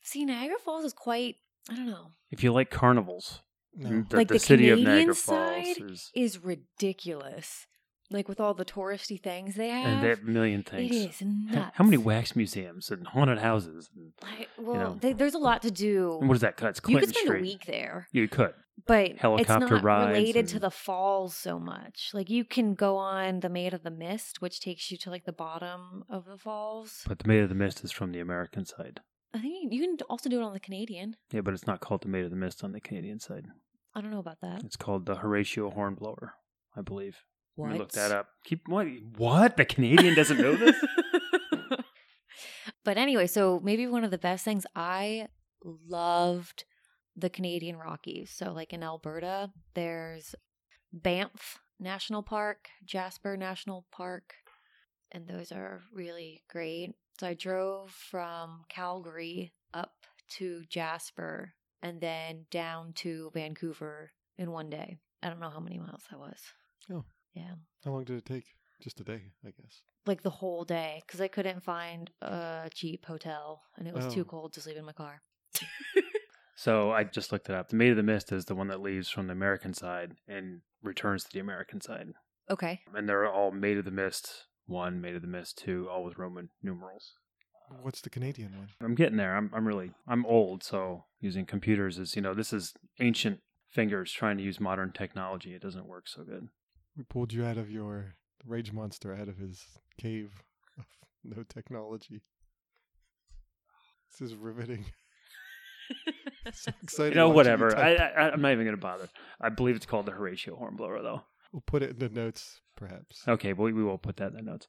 C: See, Niagara Falls is quite, I don't know,
A: If you like carnivals,
B: No,
A: the,
C: Like
A: the
C: the
A: city of
C: Canadian
A: Niagara
C: side?
A: Falls is
C: is ridiculous. Like with all the touristy things they have.
A: and that million things.
C: It is
A: H-
C: nuts.
A: How many wax museums and haunted houses? And,
C: I, well,
A: know.
C: they, there's a lot to do.
A: and what is that? That's
C: you
A: Clinton
C: could spend
A: Street.
C: a week there,
A: You could.
C: but
A: Helicopter
C: it's not
A: rides
C: related to
A: and-
C: the falls so much. Like you can go on the Maid of the Mist, which takes you to like the bottom of the falls.
A: But the Maid of the Mist is from the American side.
C: I think you can also do it on the Canadian.
A: Yeah, but it's not called the Maid of the Mist on the Canadian side.
C: I don't know about that.
A: It's called the Horatio Hornblower, I believe. Let me look
C: What?
A: that up. Keep what? What? The Canadian doesn't know this?
C: but anyway, so maybe one of the best things I loved the Canadian Rockies. So like in Alberta, there's Banff National Park, Jasper National Park, and those are really great. So I drove from Calgary up to Jasper and then down to Vancouver in one day. I don't know how many miles that was.
B: how long did it take? Just a day, I guess.
C: like the whole day because I couldn't find a cheap hotel and it was
B: Oh.
C: too cold to sleep in my car.
A: So I just looked it up. The Maid of the Mist is the one that leaves from the American side and returns to the American side.
C: Okay.
A: And they're all Maid of the Mist 1, Maid of the Mist 2, all with Roman numerals.
B: What's the Canadian one?
A: I'm getting there. I'm, I'm really, I'm old, so using computers is, you know, this is ancient fingers trying to use modern technology. It doesn't work so good.
B: We pulled you out of your the rage monster out of his cave of no technology. This is riveting. So excited.
A: you know,
B: watching
A: whatever. I,
B: type.
A: I, I'm not even going to bother. I believe it's called the Horatio Hornblower, though.
B: We'll put it in the notes, perhaps.
A: Okay, well, we will put that in the notes.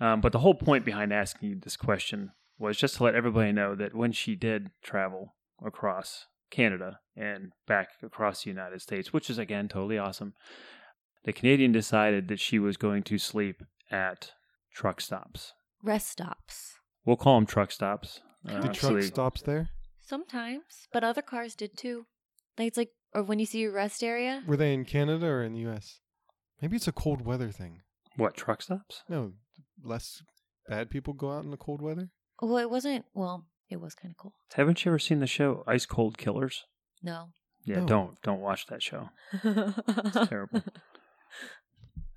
A: Um, but the whole point behind asking you this question was just to let everybody know that when she did travel across Canada and back across the United States, which is again totally awesome, the Canadian decided that she was going to sleep at truck stops.
C: Rest stops.
A: We'll call them truck stops. Uh,
B: The truck
C: Did
A: actually-
B: stops there.
C: Sometimes, but other cars did too. Like it's like, or when you see your rest area.
B: Were they in Canada or in the U.S.? Maybe it's a cold weather thing.
A: What truck stops?
B: No, less bad people go out in the cold weather.
C: Well, it wasn't. Well, it was kind of cool.
A: Haven't you ever seen the show Ice Cold Killers?
C: No.
A: Yeah,
B: No.
A: don't don't watch that show. It's terrible.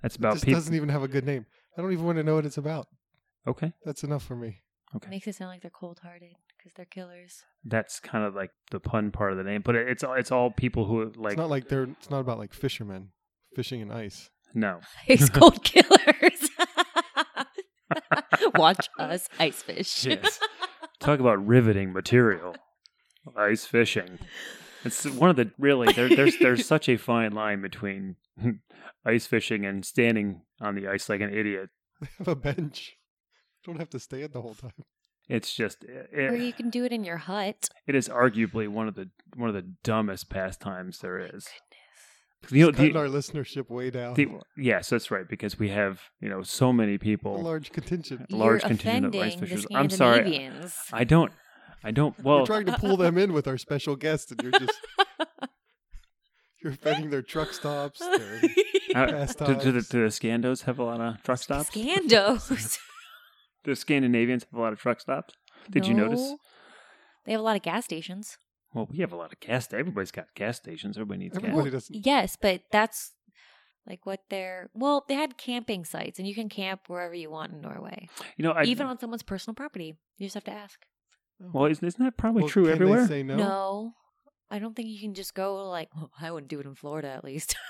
A: That's
B: It
A: about
B: just
A: people.
B: doesn't e-, even have a good name. I don't even want to know what it's about.
A: okay,
B: That's enough for me.
C: Makes it sound like they're cold hearted because they're killers.
A: that's kind of like the pun part of the name, but it, it's all it's all people who like
B: it's not like they're. It's not about like fishermen fishing in ice.
A: no.
C: Ice cold killers. Watch us ice fish.
A: Yes. Talk about riveting material. Ice fishing. It's one of the really there, there's there's such a fine line between ice fishing and standing on the ice like an idiot.
B: They have a bench. Don't have to stand the whole time.
A: It's just
C: or
A: it,
C: you can do it in your hut.
A: it is arguably one of the one of the dumbest pastimes there is.
B: You
A: You know,
B: cutting
A: the,
B: our listenership way down.
A: the, yes, that's right because we have you know so many
B: a
A: people.
B: large contingent.
A: A large
C: You're
A: contingent of
C: offending
A: ice
C: the
A: fishers. I'm sorry.
C: Scandinavians.
A: I don't, I don't. Well,
B: We're trying to pull them in with our special guest, and you're just you're offending their truck stops.
A: uh,
B: Their,
A: do,
B: pastimes.
A: do the, do the Scandos have a lot of truck stops?
C: Scandos.
A: The Scandinavians have a lot of truck stops. Did you notice?
C: No. They have a lot of gas stations.
A: Well, we have a lot of gas. Everybody's got gas stations. Everybody needs
B: everybody
A: gas.
B: doesn't.
C: Yes, but that's like what they're. Well, they had camping sites, and you can camp wherever you want in Norway,
A: You know, I,
C: even on someone's personal property. You just have to ask.
A: well, isn't, isn't that probably
B: Well,
A: true
B: can
A: everywhere?
B: They say no.
C: No. I don't think you can just go like well, I wouldn't do it in Florida at least.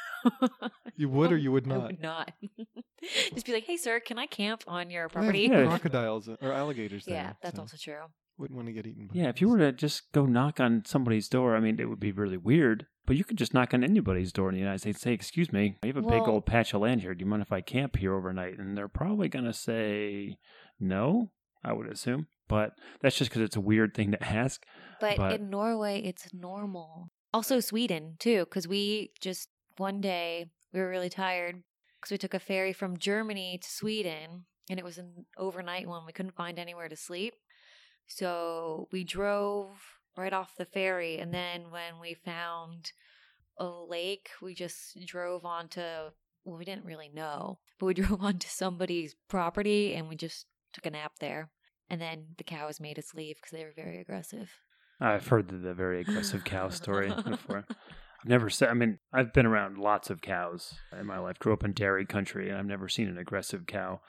B: You would or you would
C: I
B: not.
C: would not. just be like, "Hey, sir, can I camp on your
B: Well, they
C: property?"
B: have
A: Yeah.
B: crocodiles or alligators.
C: Yeah,
B: there,
C: that's
B: so
C: also true.
B: Wouldn't want to get eaten. By
A: Yeah, if you
B: those.
A: were to just go knock on somebody's door, I mean, it would be really weird. But you could just knock on anybody's door in the United States. Say, "Excuse me, I have a big
C: Well-
A: old patch of land here. Do you mind if I camp here overnight?" And they're probably going to say no. I would assume, but that's just because it's a weird thing to ask.
C: But,
A: But-
C: in Norway, it's normal. Also, Sweden, too, because we just one day we were really tired because we took a ferry from Germany to Sweden and it was an overnight one. We couldn't find anywhere to sleep. So we drove right off the ferry. And then when we found a lake, we just drove onto, well, we didn't really know, but we drove onto somebody's property and we just took a nap there. And then the cows made us leave because they were very aggressive.
A: I've heard the, the very aggressive cow story before. I've never said. I mean, I've been around lots of cows in my life. Grew up in dairy country, and I've never seen an aggressive cow.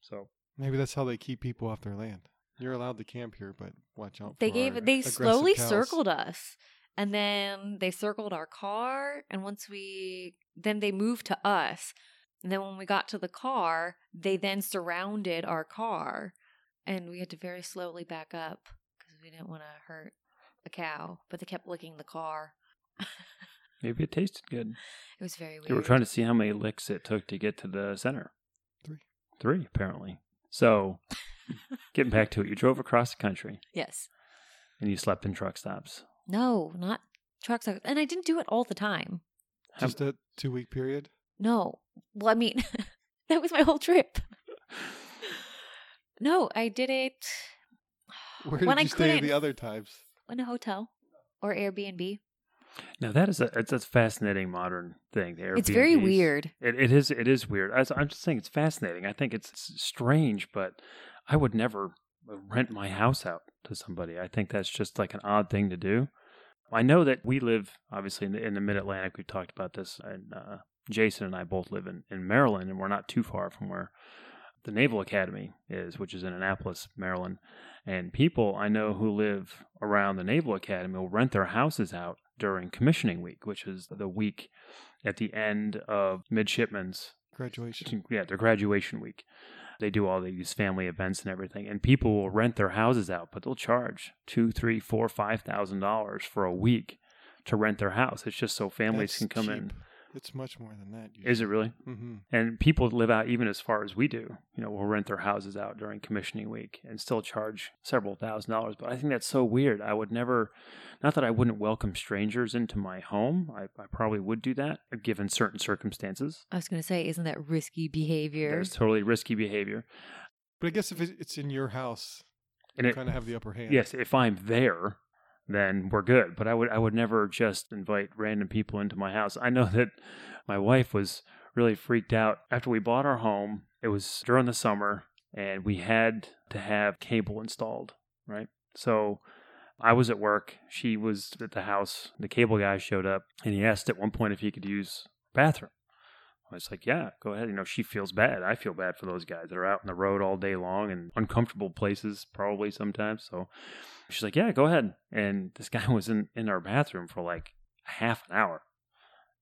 A: So
B: Maybe that's how they keep people off their land. You're allowed to camp here, but watch out.
C: They
B: for
C: gave
B: our
C: it. They
B: aggressive
C: slowly
B: cows.
C: circled us, and then they circled our car. And once we, then they moved to us. And then when we got to the car, they then surrounded our car, and we had to very slowly back up because we didn't want to hurt a cow. But they kept licking the car.
A: maybe it tasted good.
C: It was very weird.
A: They were trying to see how many licks it took to get to the center.
B: Three.
A: Three, apparently. So, getting back to it, you drove across the country
C: Yes.
A: and you slept in truck stops.
C: No, not trucks. And I didn't do it all the time.
A: How-
B: Just a two week period.
C: No. Well, I mean, that was my whole trip. No, I did it
B: Where did
C: when
B: you
C: I
B: stay
C: couldn't
B: the other times?
C: in a hotel or Airbnb.
A: Now that is a it's a fascinating modern thing. The
C: It's very
A: Airbnbs.
C: weird.
A: It, it is it is weird. I was- I'm just saying it's fascinating. I think it's s- strange, but I would never rent my house out to somebody. I think that's just like an odd thing to do. I know that we live obviously in the, in the Mid Atlantic. We've talked about this, and uh, Jason and I both live in, in Maryland, and we're not too far from where the Naval Academy is, which is in Annapolis, Maryland. And people I know who live around the Naval Academy will rent their houses out during commissioning week, which is the week at the end of midshipmen's
B: Graduation.
A: yeah, their graduation week. They do all these family events and everything, and people will rent their houses out, but they'll charge two, three, four, five thousand dollars for a week to rent their house. It's just so families
B: That's
A: can come in.
B: cheap. It's much more than that.
A: Is it really?
B: Mm-hmm.
A: And people live out even as far as we do. You know, will rent their houses out during commissioning week and still charge several thousand dollars. But I think that's so weird. I would never, not that I wouldn't welcome strangers into my home. I, I probably would do that given certain circumstances.
C: I was going to say, isn't that risky behavior?
A: That's totally risky behavior.
B: But I guess if it- it's in your house,
A: And
B: you
A: it,
B: kind of have the upper hand.
A: yes, if I'm there, then we're good. But I would I would never just invite random people into my house. I know that my wife was really freaked out after we bought our home. It was during the summer, and we had to have cable installed. Right, so I was at work. She was at the house. The cable guy showed up and he asked at one point if he could use bathroom. I was like, yeah, go ahead. You know, she feels bad. I feel bad for those guys that are out on the road all day long and uncomfortable places probably sometimes. So she's like, yeah, go ahead. And this guy was in, in our bathroom for like half an hour.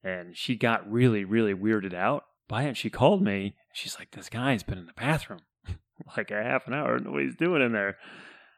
A: And she got really, really weirded out by it. She called me. She's like, this guy's been in the bathroom like a half an hour. and Nobody's doing in there.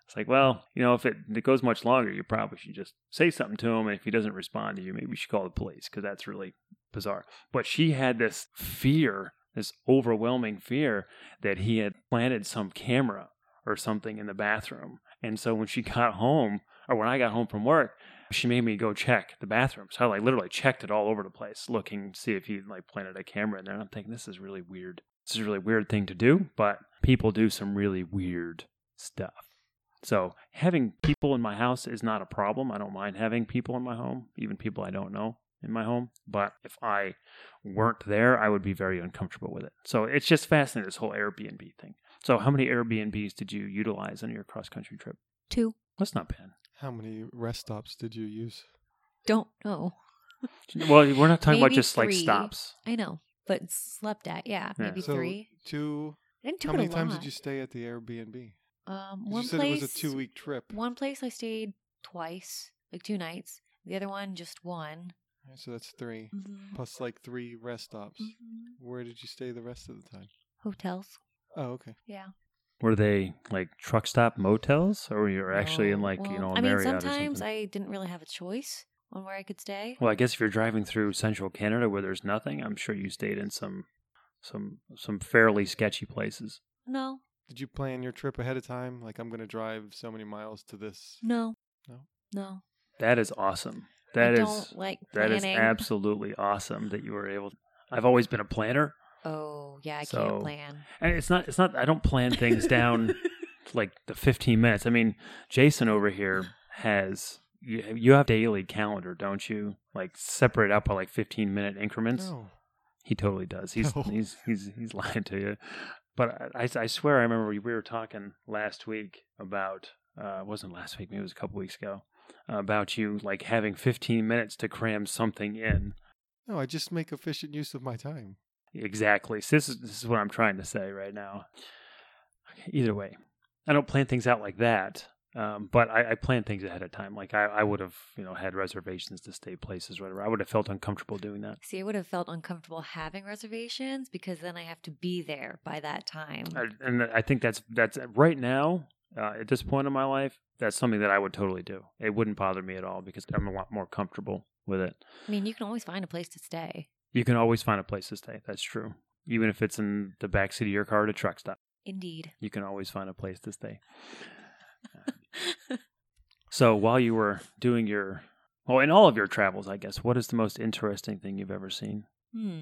A: It's like, well, you know, if it, it goes much longer, you probably should just say something to him. And if he doesn't respond to you, maybe you should call the police because that's really bizarre. But she had this fear, this overwhelming fear that he had planted some camera or something in the bathroom. And so when she got home, or when I got home from work, she made me go check the bathroom. So I like literally checked it all over the place, looking see if he like planted a camera in there. And I'm thinking this is really weird. This is a really weird thing to do, but people do some really weird stuff. So having people in my house is not a problem. I don't mind having people in my home, even people I don't know in my home. But if I weren't there, I would be very uncomfortable with it. So it's just fascinating this whole Airbnb thing. So how many Airbnbs did you utilize on your cross country trip?
C: Two.
A: That's not bad.
B: How many rest stops did you use?
C: Don't know.
A: Well, we're not talking about
C: Maybe
A: just like
C: three.
A: stops.
C: I know, but slept at. Yeah,
A: Yeah.
C: maybe
B: So
C: three.
B: two.
C: I didn't do
B: How
C: it a
B: many times
C: lot.
B: did you stay at the Airbnb?
C: Um, one
B: you said
C: place.
B: it was a two week trip.
C: One place I stayed twice, like two nights. The other one just one.
B: Alright, So that's three.
C: Mhm.
B: Plus like three rest stops.
C: Mhm.
B: Where did you stay the rest of the time?
C: Hotels.
B: Oh, okay.
C: Yeah.
A: Were they like truck stop motels, or you were actually in
C: No,
A: like you
C: well,
A: know
C: I
A: a
C: mean,
A: Marriott or
C: sometimes
A: something?
C: I didn't really have a choice on where I could stay.
A: Well, I guess if you're driving through central Canada where there's nothing, I'm sure you stayed in some some some fairly sketchy places.
C: No,
B: Did you plan your trip ahead of time? Like I'm gonna drive so many miles to this.
C: no,
B: No?
C: no.
A: That is awesome.
C: I
A: That is
C: don't like
A: that
C: planning.
A: is absolutely awesome that you were able to I've always been a planner.
C: Oh yeah, I
A: So-
C: can't plan.
A: And it's not it's not I don't plan things down like the 15 minutes. I mean, Jason over here has you, you have daily calendar, don't you? Like separate out by like 15 minute increments.
B: No.
A: He totally does. He's
B: No.
A: he's he's he's lying to you. But I, I swear I remember we were talking last week about uh, it wasn't last week maybe it was a couple weeks ago about you like having 15 minutes to cram something in.
B: No, I just make efficient use of my time.
A: Exactly. So this is this is what I'm trying to say right now. Either way, I don't plan things out like that. Um, but I, I plan things ahead of time. Like I, I would have, you know, had reservations to stay places, or whatever. I would have felt uncomfortable doing that.
C: See, I would have felt uncomfortable having reservations because then I have to be there by that time.
A: I, and I think that's that's right now uh, at this point in my life, that's something that I would totally do. It wouldn't bother me at all because I'm a lot more comfortable with it.
C: I mean, you can always find a place to stay.
A: You can always find a place to stay. That's true, even if it's in the backseat of your car at a truck stop.
C: Indeed.
A: You can always find a place to stay. So while you were doing your, well, in all of your travels, I guess, what is the most interesting thing you've ever seen?
C: hmm.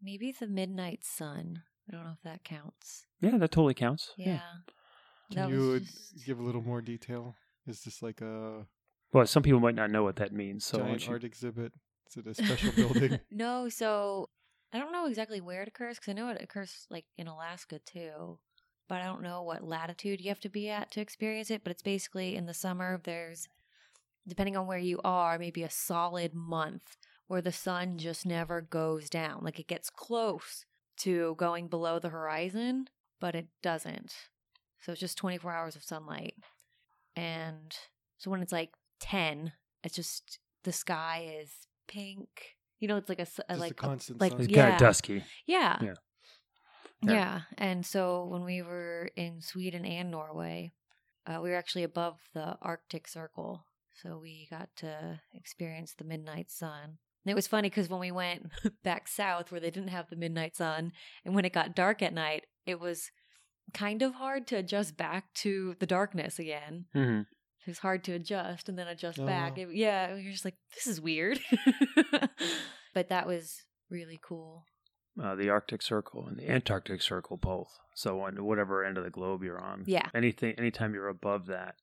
C: Maybe the midnight sun. I don't know if that counts.
A: Yeah, that totally counts.
C: Yeah.
B: Can
C: That
B: you
C: was
B: would
C: just-
B: give a little more detail? Is this like a
A: Well, some people might not know what that means. So why
B: giant
A: don't you-
B: art exhibit? Is it a special building?
C: No, so I don't know exactly where it occurs because I know it occurs like in Alaska too, but I don't know what latitude you have to be at to experience it. But it's basically in the summer, there's, depending on where you are, maybe a solid month where the sun just never goes down. Like it gets close to going below the horizon, but it doesn't. So it's just 24 hours of sunlight. And so when it's like 10, it's just the sky is pink. You know, it's like a, s- a-
B: Just
C: like
B: a
C: a-
B: constant
C: like-
B: sun.
A: it's kind
C: Yeah.
A: of dusky.
C: yeah.
A: Yeah.
C: yeah.
A: Yeah.
C: And so when we were in Sweden and Norway, uh, we were actually above the Arctic Circle. So we got to experience the midnight sun. And it was funny because when we went back south where they didn't have the midnight sun, and when it got dark at night, it was kind of hard to adjust back to the darkness again.
A: hmm
C: It was hard to adjust and then adjust
B: Oh,
C: back.
B: wow.
C: It- yeah, you're just like, this is weird. but that was really cool.
A: Uh, the Arctic Circle and the Antarctic Circle both. So on whatever end of the globe you're on,
C: Yeah.
A: anything, anytime you're above that,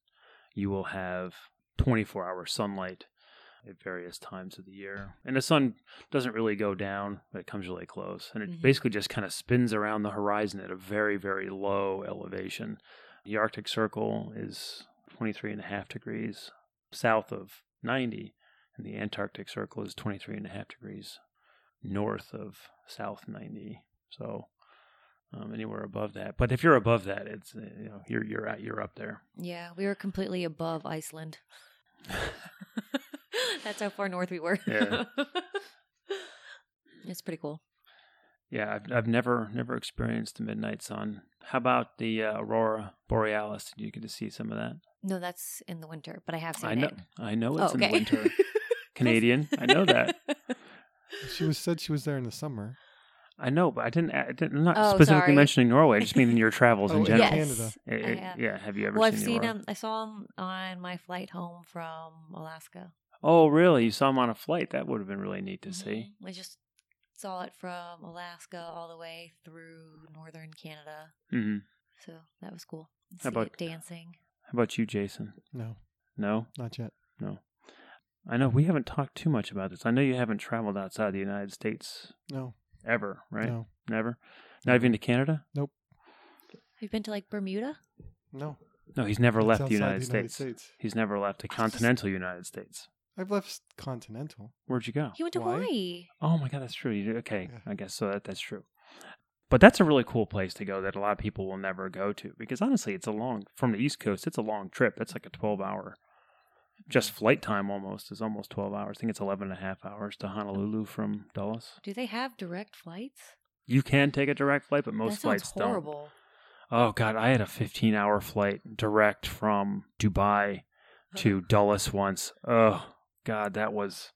A: you will have 24 hour sunlight at various times of the year, and the sun doesn't really go down, but it comes really close, and it
C: Mhm.
A: basically just kind of spins around the horizon at a very, very low elevation. The Arctic Circle is 23 and a half degrees south of 90, and the Antarctic Circle is 23 and a half degrees north of south 90. So um, anywhere above that, but if you're above that, it's uh, you know you're you're at you're up there.
C: Yeah, we were completely above Iceland. That's how far north we were.
A: Yeah.
C: it's pretty cool.
A: Yeah, I've I've never never experienced the midnight sun. How about the uh, aurora borealis? Did you get to see some of that?
C: No, that's in the winter, but I have seen
A: I know
C: it.
A: I know
C: Oh,
A: it's
C: okay.
A: in the winter. Canadian, I know that.
B: She was said she was there in the summer.
A: I know, but I didn't. I didn't am not
C: Oh,
A: specifically
C: sorry.
A: mentioning Norway. I just mean in your travels
B: Oh,
A: in
B: yeah.
A: general.
B: Canada.
C: Yes,
A: It- it-
C: I have.
A: yeah. Have you ever
C: Well, I've
A: seen, the
C: seen
A: aurora?
C: him. I saw him on my flight home from Alaska.
A: Oh, really? You saw him on a flight? That would have been really neat to see.
C: Mhm. I just saw it from Alaska all the way through northern Canada.
A: hmm
C: So that was cool. And
A: How
C: See
A: about-
C: it dancing.
A: How about you, Jason?
B: No,
A: No,
B: not yet.
A: no. I know we haven't talked too much about this. I know you haven't traveled outside the United States
B: No,
A: ever, right?
B: no,
A: Never. Not even to Canada.
C: Have you been to like Bermuda?
B: no.
A: No, he's never
B: It's
A: left
B: outside
A: the United, States. He's never left the
C: just-
A: continental United States.
B: I've left continental.
A: Where'd you go?
C: You went to
B: Hawaii?
C: Hawaii.
A: Oh my god, that's true. You, okay,
B: Yeah.
A: I guess so. That that's true. But that's a really cool place to go that a lot of people will never go to because honestly, it's a long from the East Coast. It's a long trip. That's like a twelve-hour, just flight time almost is almost twelve hours. I think it's 11 and a half hours to Honolulu from Dulles.
C: Do they have direct flights?
A: You can take a direct flight, but
C: that
A: most
C: sounds
A: flights don't.
C: horrible.
A: Oh god, I had a 15-hour flight direct from Dubai to Dulles once. Oh God, that was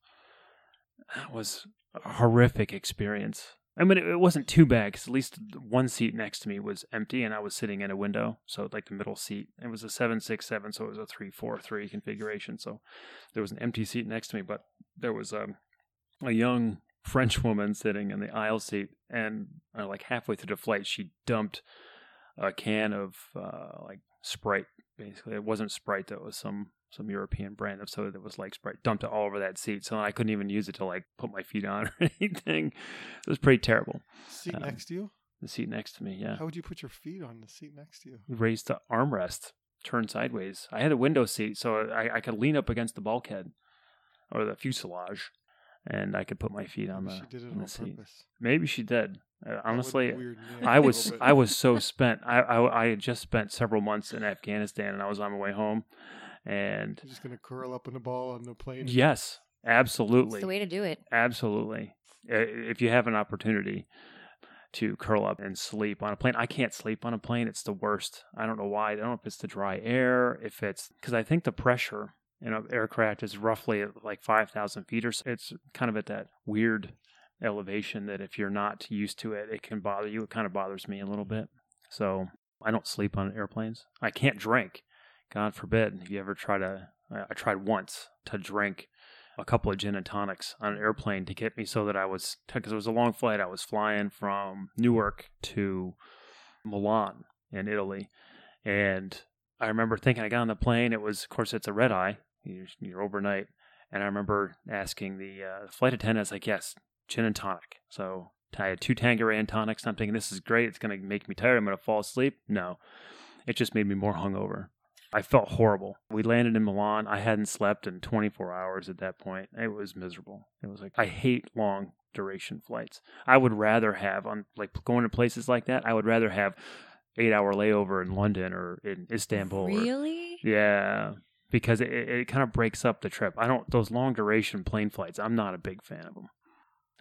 A: that was a horrific experience. I mean, it, it wasn't too bad because at least one seat next to me was empty, and I was sitting in a window, so like the middle seat. It was a seven six seven, so it was a three four three configuration. So there was an empty seat next to me, but there was um, a young French woman sitting in the aisle seat, and uh, like halfway through the flight, she dumped a can of uh, like Sprite basically. It wasn't Sprite though; it was some some European brand of soda that was like Sprite dumped it all over that seat. So I couldn't even use it to like put my feet on or anything. It was pretty terrible.
B: Seat
A: Um,
B: next to you?
A: The seat next to me, yeah,
B: How would you put your feet on the seat next to you?
A: raised the armrest, turned sideways. I had a window seat, so I, I could lean up against the bulkhead or the fuselage, and I could put my feet on
B: Maybe
A: the,
B: she did
A: on
B: it on
A: the seat.
B: purpose.
A: Maybe she did. Uh,
B: That would
A: honestly,
B: weird me out
A: I
B: a
A: was
B: little bit.
A: I was so spent. I, I I had just spent several months in Afghanistan, and I was on my way home, and
B: You're just gonna curl up in a ball on the plane. and
A: yes,
C: It's the
A: absolutely,
C: way to do it.
A: absolutely. I- If you have an opportunity to curl up and sleep on a plane, I can't sleep on a plane. It's the worst. I don't know why. I don't know if it's the dry air, if it's because I think the pressure in an aircraft is roughly at like five thousand feet or so. It's kind of at that weird elevation that if you're not used to it, it can bother you. It kind of bothers me a little bit. So I don't sleep on airplanes. I can't drink. God forbid. If you ever try to, I I tried once to drink a couple of gin and tonics on an airplane to get me so that I was, because it was a long flight. I was flying from Newark to Milan in Italy. And I remember thinking I got on the plane. It was, of course, it's a red eye. You're, you're overnight. And I remember asking the uh, flight attendant, I was like, yes, gin and tonic. So I had two Tanqueray and tonics. and I'm thinking, this is great. It's going to make me tired. I'm going to fall asleep. No, it just made me more hungover. I felt horrible. We landed in Milan. I hadn't slept in 24 hours at that point. It was miserable. It was like, I hate long duration flights. I would rather have, on like going to places like that, I would rather have eight hour layover in London or in Istanbul or
C: Really?
A: yeah, because it, it kind of breaks up the trip. I don't those long duration plane flights. I'm not a big fan of them,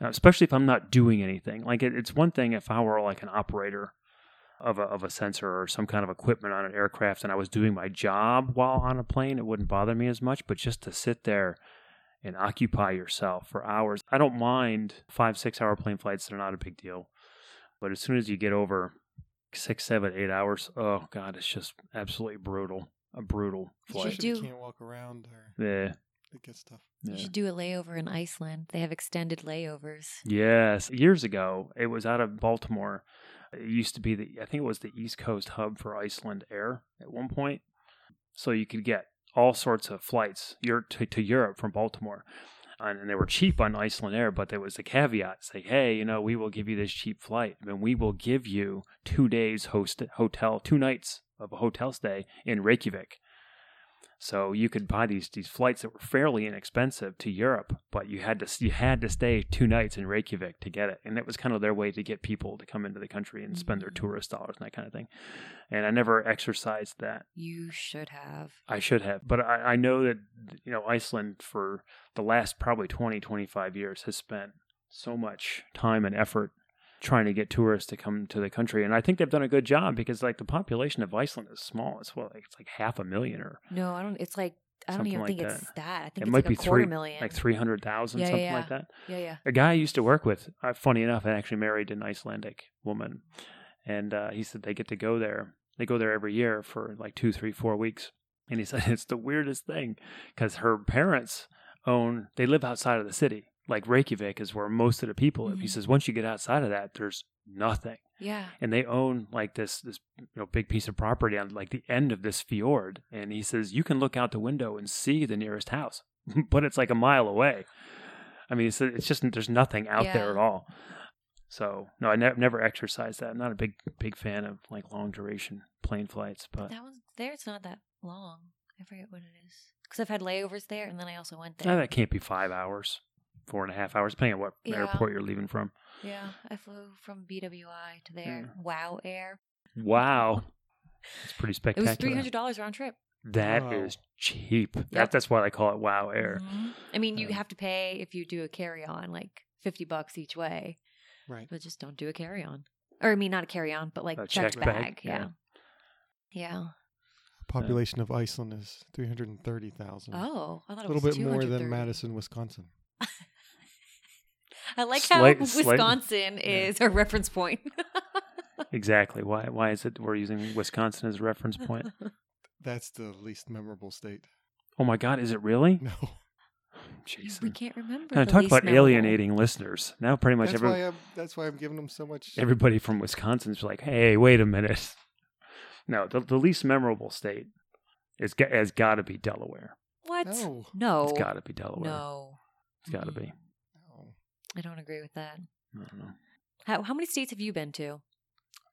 A: Uh, especially if I'm not doing anything. Like it, it's one thing if I were like an operator of a of a sensor or some kind of equipment on an aircraft, and I was doing my job while on a plane. It wouldn't bother me as much. But just to sit there and occupy yourself for hours, I don't mind five six hour plane flights. They're not a big deal. But as soon as you get over six, seven, eight hours, oh god, it's just absolutely brutal. A brutal
B: especially
A: flight.
C: should
B: if you
C: do-
B: can't walk around or
A: Yeah.
B: it gets tough.
A: yeah.
C: You should do a layover in Iceland. They have extended layovers.
A: Yes. Years ago, it was out of Baltimore. It used to be the, I think it was the East Coast hub for Iceland Air at one point. So you could get all sorts of flights Eur- to, to Europe from Baltimore. And, and they were cheap on Iceland Air, but there was the caveat say, hey, you know, we will give you this cheap flight, and we will give you two days host- hotel, two nights of a hotel stay in Reykjavik. So you could buy these these flights that were fairly inexpensive to Europe, but you had to you had to stay two nights in Reykjavik to get it, and that was kind of their way to get people to come into the country and spend their
C: Mhm.
A: tourist dollars and that kind of thing. And I never exercised that.
C: You should have.
A: I should have, but I, I know that you know Iceland for the last probably 20, 25 years has spent so much time and effort trying to get tourists to come to the country, and I think they've done a good job because like the population of Iceland is small. It's what like, it's like half a million or
C: No, I don't. It's like I don't
A: Something
C: even
A: like
C: think
A: that.
C: it's that. I think
A: It
C: it's
A: might
C: like
A: be
C: a quarter
A: three-
C: million.
A: like three hundred thousand,
C: Yeah, yeah,
A: something like that.
C: Yeah, yeah.
A: a guy I used to work with, uh, funny enough, had actually married an Icelandic woman, and uh, he said they get to go there. They go there every year for like two, three, four weeks, and he said it's the weirdest thing because her parents own. They live outside of the city. Like Reykjavik is where most of the people live. He
C: Mhm.
A: says once you get outside of that, there's nothing,
C: Yeah.
A: and they own like this this you know big piece of property on like the end of this fjord. And he says you can look out the window and see the nearest house, but it's like a mile away. I mean, it's, it's just there's nothing out there
C: Yeah.
A: at all. So no, I ne- never exercised that. I'm not a big big fan of like long duration plane flights, but
C: That one's there. It's not that long. I forget what it is because I've had layovers there, and then I also went
A: Ah,
C: there.
A: that can't be five hours, four and a half hours, depending on what
C: Yeah.
A: airport you're leaving from.
C: yeah, I flew from BWI to there. Wow Air.
A: Wow, it's pretty
C: It
A: spectacular.
C: was three hundred dollars round trip.
A: That
B: Wow.
A: is cheap.
C: Yep.
A: That, that's why they call it Wow Air.
C: Mhm. I mean, you
A: Um,
C: have to pay if you do a carry on, like fifty bucks each way.
B: Right.
C: But just don't do a carry on, or I mean, not a carry on, but like
A: A
C: checked
A: checked
C: bag.
A: bag,
C: Yeah. yeah.
B: Population of Iceland is
A: Hmm.
B: 330,000.
C: Oh, I thought
B: a
C: it
B: little
C: was
B: bit more than
C: 230.
B: Madison, Wisconsin.
C: I like
A: Slight-
C: how
A: slight-
C: Wisconsin is our reference point.
A: Exactly. Why? Why is it we're using Wisconsin as a reference point?
B: That's the least memorable state.
A: Oh my God, is it really?
B: No.
A: Jason,
C: we can't remember.
A: Now,
C: the
A: talk
C: least
A: about
C: memorable.
A: alienating listeners. Now, pretty much
B: That's
A: every
B: why I'm that's why I'm giving them so much
A: everybody from Wisconsin's like, "Hey, wait a minute." No, the, the least memorable state is g- has got to be Delaware.
C: What? No.
B: No.
A: It's got to be Delaware.
C: Oh, No.
A: It's got to be.
B: No.
C: I don't agree with that.
A: I don't know.
C: How, how many states have you been to?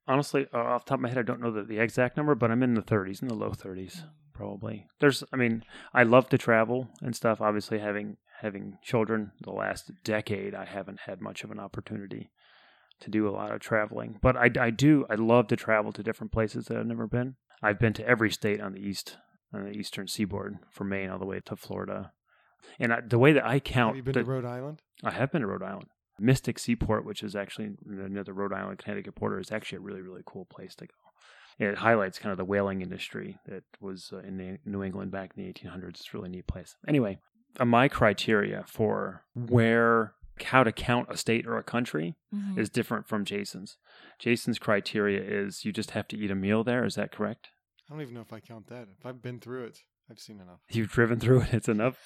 A: Honestly, uh, off the top of my head, I don't know the, the exact number, but I'm in the 30s, in the low 30s,
B: Mm.
A: probably. There's, I mean, I love to travel and stuff. Obviously, having having children, the last decade, I haven't had much of an opportunity to do a lot of traveling. But I, I do, I love to travel to different places that I've never been. I've been to every state on the east, on the eastern seaboard, from Maine all the way to Florida. And I, the way that I count,
B: Have you been
A: the-
B: to Rhode Island?
A: I have been to Rhode Island. Mystic Seaport, which is actually near the Rhode Island Connecticut border, is actually a really really cool place to go. And it highlights kind of the whaling industry that was uh, in the New England back in the 1800s. It's a really neat place. Anyway, uh, my criteria for where how to count a state or a country
C: Mhm.
A: is different from Jason's. Jason's criteria is you just have to eat a meal there. Is that correct?
B: I don't even know if I count that. If I've been through it, I've seen enough.
A: You've driven through it. It's enough.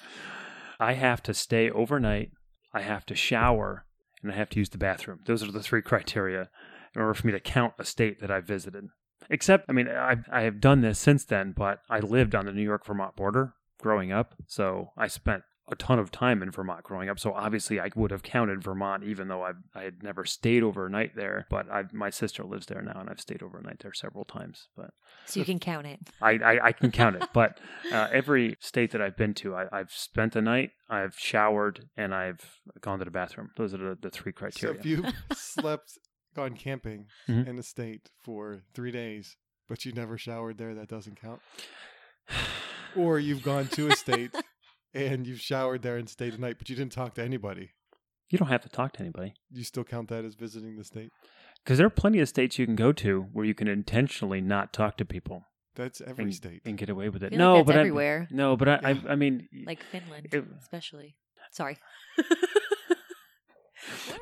A: I have to stay overnight. I have to shower, and I have to use the bathroom. Those are the three criteria in order for me to count a state that I visited. Except, I mean, I I have done this since then, but I lived on the New York Vermont border growing up, so I spent a ton of time in Vermont growing up. So obviously, I would have counted Vermont, even though I I had never stayed overnight there. But I my sister lives there now, and I've stayed overnight there several times. But
C: so you can count it.
A: I, I, I can count it, but uh, every state that I've been to, I, I've spent the night, I've showered, and I've gone to the bathroom. Those are the, the three criteria.
B: So if you've slept, gone camping
A: Mhm.
B: in a state for three days, but you never showered there, that doesn't count. Or you've gone to a state and you've showered there and stayed the night, but you didn't talk to anybody.
A: you don't have to talk to anybody
B: You still count that as visiting the state?
A: because there are plenty of states you can go to where you can intentionally not talk to people
B: That's every
A: and,
B: state.
A: and get away with
C: I
A: it.
C: feel
A: no,
C: like that's
A: but
C: everywhere,
A: I, no, but I, I,
B: Yeah.
A: I mean,
C: like Finland,
A: it-
C: especially. Sorry.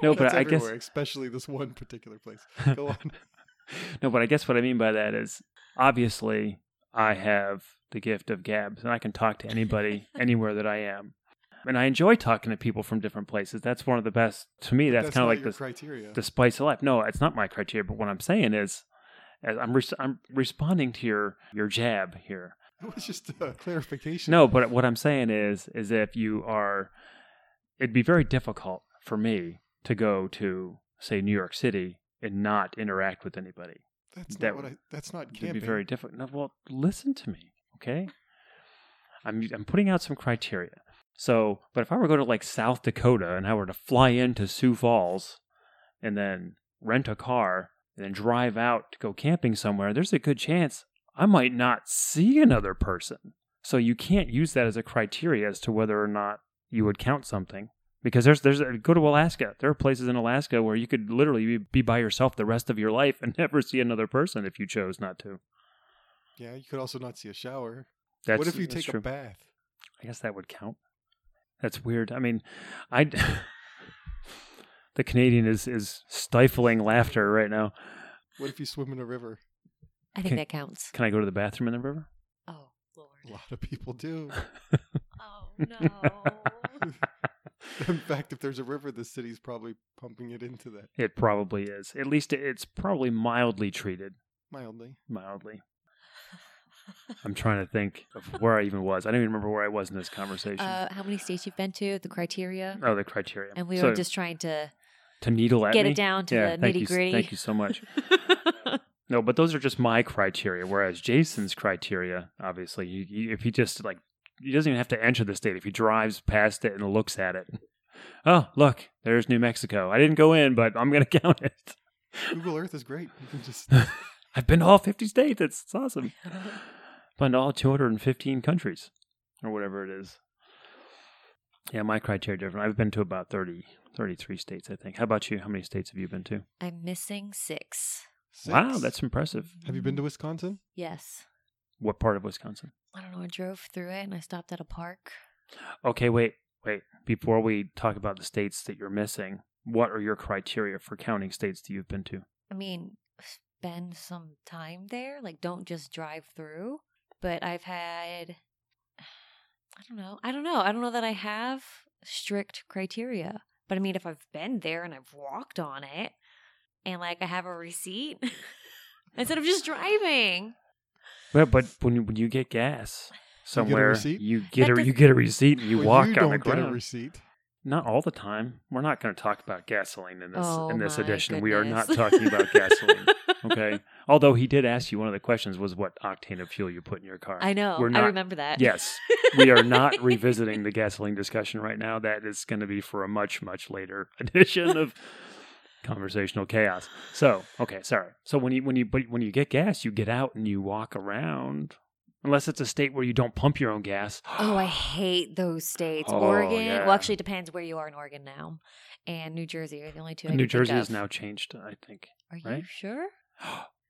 A: no,
B: That's
A: but I guess
B: everywhere, especially this one particular place. Go on.
A: no, but I guess what I mean by that is obviously I have the gift of gabs and I can talk to anybody anywhere that I am. And I enjoy talking to people from different places. That's one of the best to me. That's, kind
B: not
A: of like
B: your
A: the,
B: criteria.
A: the spice of life. No, it's not my criteria. But what I'm saying is, as I'm res- I'm responding to your your jab here.
B: It was just a clarification.
A: No, but what I'm saying is, is if you are, it'd be very difficult for me to go to say New York City and not interact with anybody.
B: that's
A: that-
B: not what I. That's not
A: It'd
B: camping.
A: be very difficult. No, well, listen to me, okay? I'm I'm putting out some criteria. So, but if I were to go to like South Dakota and I were to fly into Sioux Falls and then rent a car and then drive out to go camping somewhere, there's a good chance I might not see another person. So you can't use that as a criteria as to whether or not you would count something because there's there's uh, go to Alaska. There are places in Alaska where you could literally be, be by yourself the rest of your life and never see another person if you chose not to.
B: Yeah, you could also not see a shower.
A: That's,
B: what if you
A: that's
B: take
A: true.
B: a bath?
A: I guess that would count. That's weird. I mean, I the Canadian is is stifling laughter right now.
B: What if you swim in a river?
C: I think
A: Can-
C: that counts.
A: Can I go to the bathroom in the river?
C: Oh
B: A
C: lord.
B: lot of people do.
C: Oh no.
B: in fact, if there's a river, the city's probably pumping it into that
A: It probably is. At least it- it's probably mildly treated.
B: mildly.
A: Mildly. I'm trying to think of where I even was. I don't even remember where I was in this conversation.
C: uh, how many states you've been to? The criteria.
A: oh, the criteria.
C: And we
A: So,
C: were just trying to
A: to needle at
C: get
A: me?
C: it down to the
A: thank
C: nitty
A: you, s-
C: gritty.
A: Thank you so much. No, but those are just my criteria. Whereas Jason's criteria, obviously, you, you, if he just like, he doesn't even have to enter the state. If he drives past it and looks at it, oh look, there's New Mexico. I didn't go in, but I'm gonna count it.
B: Google Earth is great. You can just
A: I've been to all 50 states. It's, it's awesome. Been to all 215 countries, or whatever it is. Yeah, my criteria are different. I've been to about 30, 33 states, I think. How about you? How many states have you been to?
C: I'm missing six.
A: Wow,
B: Six.
A: that's impressive.
B: Have you been to Wisconsin?
C: Yes.
A: What part of Wisconsin?
C: I don't know. I drove through it and I stopped at a park.
A: Okay, wait, wait. Before we talk about the states that you're missing, what are your criteria for counting states that you've been to?
C: I mean, spend some time there. Like, don't just drive through. But I've had, I don't know. I don't know. I don't know that I have strict criteria. But I mean, if I've been there and I've walked on it and like I have a receipt instead of just driving,
A: Well, but when you, when you get gas somewhere,
B: receipt?
A: you get
C: That
A: a,
C: does-
A: you get a receipt and you
B: Well,
A: walk
B: you
A: on
B: don't
A: the
B: get a
A: ground.
B: receipt.
A: not all the time. We're not going to talk about gasoline in this
C: Oh
A: in this
C: my
A: edition. We are not
C: goodness.
A: talking about gasoline. Okay. Although he did ask you one of the questions was what octane of fuel you put in your car.
C: I know.
A: We're
C: I
A: not-
C: remember that.
A: Yes, we are not revisiting the gasoline discussion right now. That is going to be for a much, much later edition of conversational chaos. So, okay, sorry. So when you when you but when you get gas, you get out and you walk around, unless it's a state where you don't pump your own gas.
C: Oh, I hate those states.
A: Oh,
C: Oregon.
A: yeah.
C: Well, actually, it depends where you are in Oregon now. And New Jersey are the only two. I
A: New
C: can think
A: Jersey is
C: of.
A: now changed, I think.
C: Are you
A: right?
C: sure?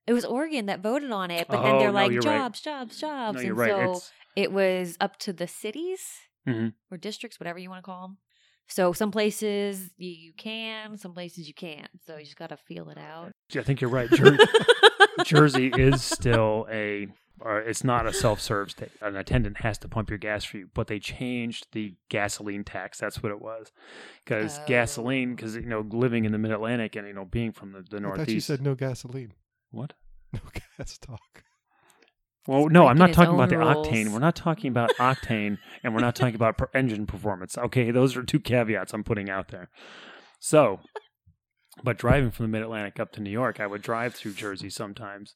C: It was Oregon that voted on it, but
A: Oh,
C: then they're
A: no,
C: like
A: you're
C: jobs,
A: right.
C: jobs, jobs,
A: no,
C: and
A: you're right.
C: so
A: it's
C: it was up to the cities
A: Mhm.
C: or districts, whatever you want to call them. So some places you, you can, some places you can't. So you just gotta feel it out.
A: I think you're right. Jer- Jersey is still a, or it's not a self-serve state. An attendant has to pump your gas for you, but they changed the gasoline tax. That's what it was, because
C: Oh.
A: gasoline, because you know, living in the Mid-Atlantic and you know, being from the, the
B: I thought you
A: Northeast.
B: said no gasoline.
A: what?
B: No gas talk.
A: Well, no, I'm not
C: breaking his
A: talking about the
C: own
A: octane.
C: rules.
A: We're not talking about octane, and we're not talking about per- engine performance. Okay, those are two caveats I'm putting out there. So, but driving from the Mid Atlantic up to New York, I would drive through Jersey sometimes.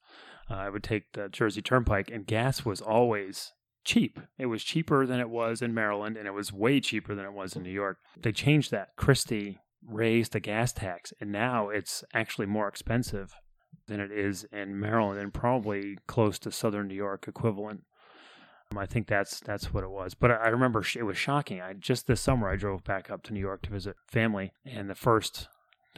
A: Uh, I would take the Jersey Turnpike, and gas was always cheap. It was cheaper than it was in Maryland, and it was way cheaper than it was in New York. They changed that. Christie raised the gas tax, and now it's actually more expensive than it is in Maryland and probably close to Southern New York equivalent. Um, I think that's that's what it was. But I, I remember sh- it was shocking. I just this summer I drove back up to New York to visit family, and the first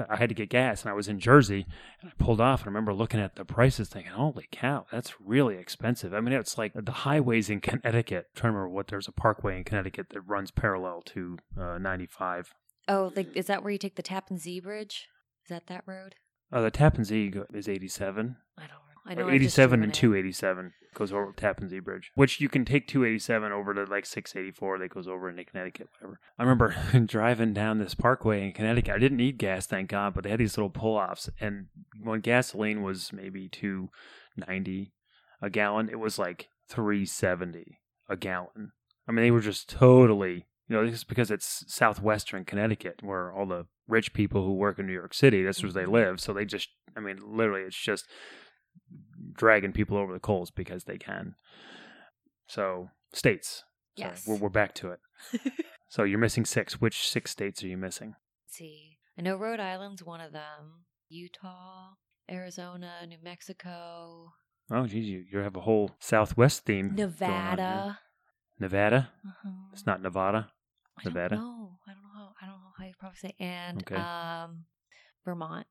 A: I had to get gas, and I was in Jersey, and I pulled off, and I remember looking at the prices, thinking, "Holy cow, that's really expensive." I mean, it's like the highways in Connecticut. trying to remember what there's a parkway in Connecticut that runs parallel to uh, 95.
C: Oh, like is that where you take the Tappan Zee Bridge? Is that that road?
A: Uh, the Tappan Zee go- is 87.
C: I don't. I know.
A: Or
C: I just
A: 87
C: threw
A: and
C: it in.
A: 287 goes over Tappan Zee Bridge, which you can take 287 over to like 684 that goes over into Connecticut, whatever. I remember driving down this parkway in Connecticut. I didn't need gas, thank God, but they had these little pull offs. And when gasoline was maybe 290 a gallon, it was like 370 a gallon. I mean, they were just totally, you know, this is because it's southwestern Connecticut where all the rich people who work in New York City, that's where
C: Mm-hmm.
A: they live. So they just, I mean, literally, it's just dragging people over the coals because they can. So, states. So
C: Yes.
A: we're, we're back to it.
C: Let's
A: So you're missing six. Which six states are you missing?
C: see. I know Rhode Island's one of them. Utah, Arizona, New Mexico,
A: Oh, geez, you, you have a whole Southwest theme. Mm, going on here.
C: Nevada.
A: Nevada?
C: Uh-huh.
A: It's not Nevada.
C: I don't
A: Nevada?
C: know. I don't know how. I don't know how you probably say. And
A: Okay.
C: um, Vermont.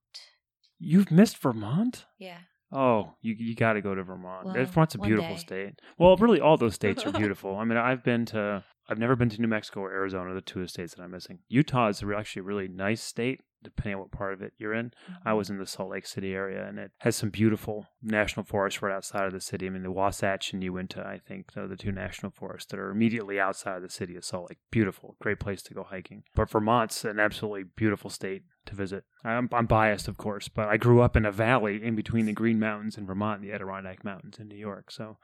A: You've missed Vermont?
C: Yeah.
A: Oh, you you got to go to Vermont.
C: Well,
A: Vermont's a
C: one
A: beautiful
C: day.
A: state. Well, really, all those states are beautiful. I mean, I've been to, I've never been to New Mexico or Arizona, the two of the states that I'm missing. Utah is a re- actually a really nice state, depending on what part of it you're in.
C: mm-hmm.
A: I was in the Salt Lake City area, and it has some beautiful national forests right outside of the city. I mean, the Wasatch and Uinta, I think, are the two national forests that are immediately outside of the city of Salt Lake. Beautiful, great place to go hiking. But Vermont's an absolutely beautiful state to visit. I'm, I'm biased, of course, but I grew up in a valley in between the Green Mountains in Vermont and the Adirondack Mountains in New York. So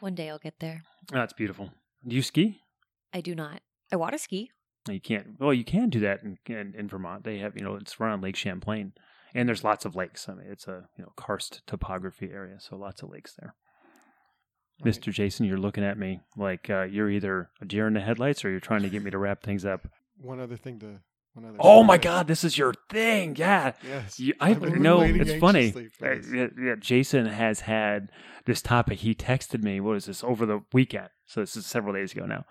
C: One day I'll get there.
A: that's beautiful. Do you ski?
C: I do not. I water ski.
A: You can't. Well, you can do that in, in, in Vermont. They have, you know, it's run on Lake Champlain, and there's lots of lakes. I mean, it's a you know karst topography area, so lots of lakes there.
B: Right.
A: Mr. Jason, you're looking at me like uh, you're either a deer in the headlights or you're trying to get me to wrap things up.
B: One other thing to. One other
A: Oh
B: thing
A: my
B: to-
A: God, this is your thing. Yeah.
B: Yes.
A: You, I
B: been
A: no,
B: waiting
A: it's funny.
B: anxiously for
A: Uh,
B: this.
A: yeah, yeah, Jason has had this topic. He texted me. What is this over the weekend? So this is several days ago now,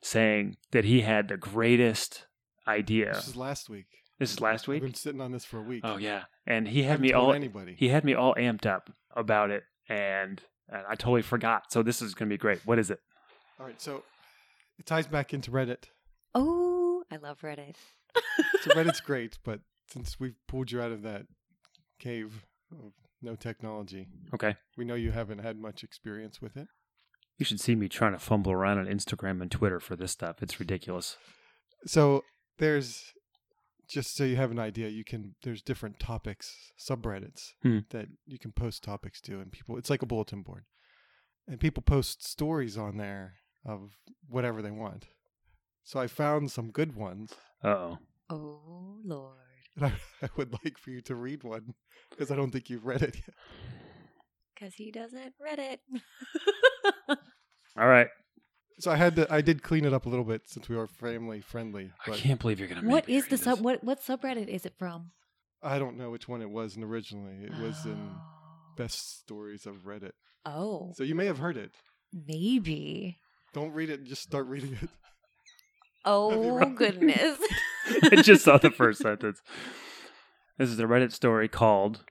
A: saying that he had the greatest idea.
B: This is last week.
A: This is last
B: We've
A: week.
B: been sitting on this for a week.
A: Oh yeah, and he had
B: Haven't
A: me
B: told
A: all
B: anybody.
A: he had me all amped up about it, and, and I totally forgot. So this is going to be great. What is it?
B: All right, so it ties back into Reddit.
C: Oh, I love Reddit.
B: So Reddit's great, but since we've pulled you out of that cave of no technology,
A: Okay,
B: we know you haven't had much experience with it.
A: you should see me trying to fumble around on Instagram and Twitter for this stuff. It's ridiculous.
B: So there's just so you have an idea, you can there's different topics, subreddits
A: Hmm.
B: that you can post topics to and people it's like a bulletin board. And people post stories on there of whatever they want. So I found some good ones
A: Uh oh.
C: Oh Lord.
B: and I, I would like for you to read one because I don't think you've read it yet.
C: Because he doesn't Reddit.
A: All right.
B: So I had to, I did clean it up a little bit since we are family friendly,
A: I
B: but
A: can't believe you're going to.
C: what is the sub? What what subreddit is it from?
B: I don't know which one it was in originally. It was in Best Stories of Reddit.
C: Oh,
B: So you may have heard it.
C: maybe.
B: Don't read it, just start reading it.
C: Oh
B: read-
C: goodness.
A: I just saw the first sentence. This is a Reddit story called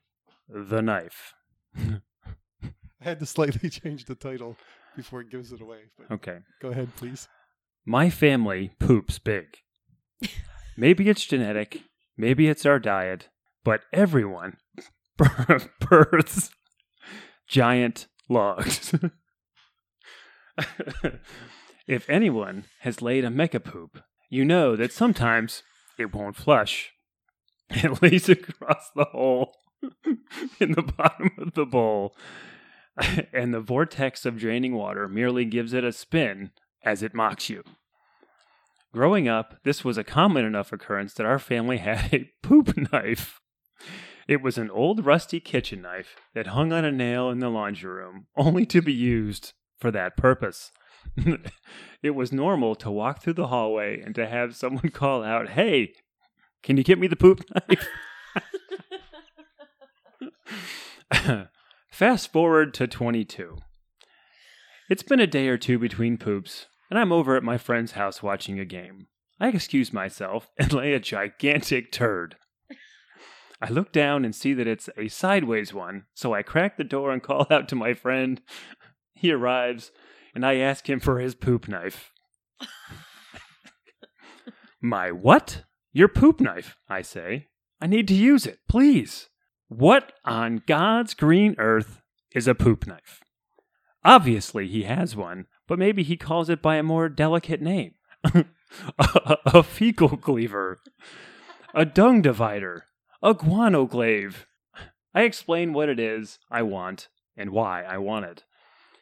A: "The Knife."
B: I had to slightly change the title before it gives it away. But
A: Okay.
B: go ahead, please.
A: My family poops big. Maybe it's genetic, maybe it's our diet, but everyone births giant logs. if anyone has laid a mecha poop, you know that sometimes it won't flush. It lays across the hole in the bottom of the bowl, and the vortex of draining water merely gives it a spin as it mocks you. Growing up, this was a common enough occurrence that our family had a poop knife. It was an old rusty kitchen knife that hung on a nail in the laundry room, only to be used for that purpose. it was normal to walk through the hallway and to have someone call out, Hey, can you get me the poop knife? Fast forward to 22. It's been a day or two between poops, and I'm over at my friend's house watching a game. I excuse myself and lay a gigantic turd. I look down and see that it's a sideways one, so I crack the door and call out to my friend. He arrives, and I ask him for his poop knife. my what? Your poop knife, I say. I need to use it, please. What on God's green earth is a poop knife? Obviously, he has one, but maybe he calls it by a more delicate name a, a fecal cleaver, a dung divider, a guano glaive. I explain what it is I want and why I want it.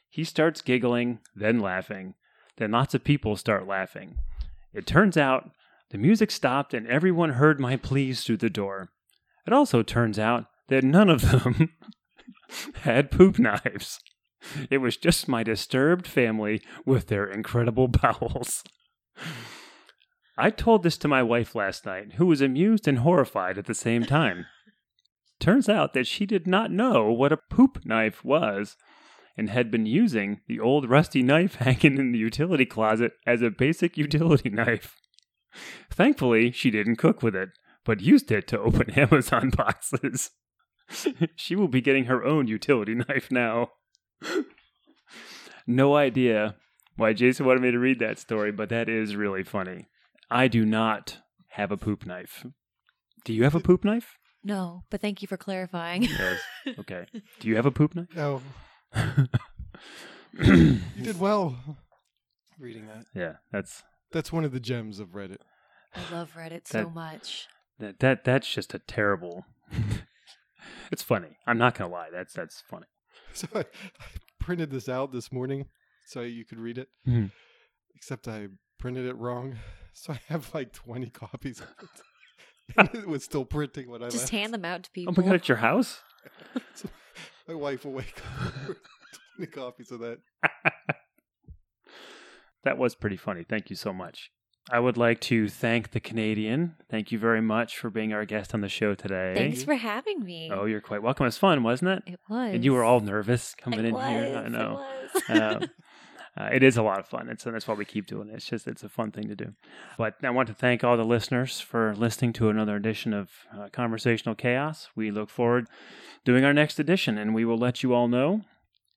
A: He starts giggling, then laughing. Then lots of people start laughing. It turns out the music stopped and everyone heard my pleas through the door. It also turns out that none of them had poop knives. It was just my disturbed family with their incredible bowels. I told this to my wife last night, who was amused and horrified at the same time. Turns out that she did not know what a poop knife was and had been using the old rusty knife hanging in the utility closet as a basic utility knife. Thankfully, she didn't cook with it, but used it to open Amazon boxes. she will be getting her own utility knife now. no idea why Jason wanted me to read that story, but that is really funny. I do not have a poop knife. Do you have a poop knife?
C: No, but thank you for clarifying.
A: Yes. Okay. Do you have a poop knife?
B: Oh, you did well reading that.
A: yeah, that's
B: That's one of the gems of Reddit.
C: I love Reddit so
A: That-
C: much.
A: that, that that's just a terrible. it's funny. I'm not gonna lie. That's that's funny.
B: So I, I printed this out this morning so you could read it,
C: Hmm.
A: Mhm.
B: except I printed it wrong. So I have like 20 copies of it. and it was still printing when I
C: Just
B: left.
C: hand them out to
A: Oh
C: people.
A: my god, it's your house.
B: So my wife will wake up with 20 copies of that.
A: That was pretty funny. Thank you so much. I would like to thank the Canadian. Thank you very much for being our guest on the show today.
C: Thanks for having me.
A: Oh, you're quite welcome. It was fun, wasn't it?
C: It was.
A: And you were all nervous coming
C: I
A: in
C: was,
A: here. I
C: it
A: know.
C: was.
A: um, uh, it is a lot of fun, and so that's why we keep doing it. It's just it's a fun thing to do. But I want to thank all the listeners for listening to another edition of uh, Conversational Chaos. We look forward doing our next edition, and we will let you all know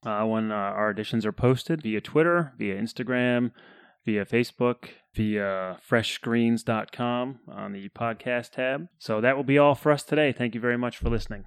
A: uh, when uh, our editions are posted via Twitter, via Instagram, via Facebook, via freshscreens.com on the podcast tab. So that will be all for us today. Thank you very much for listening.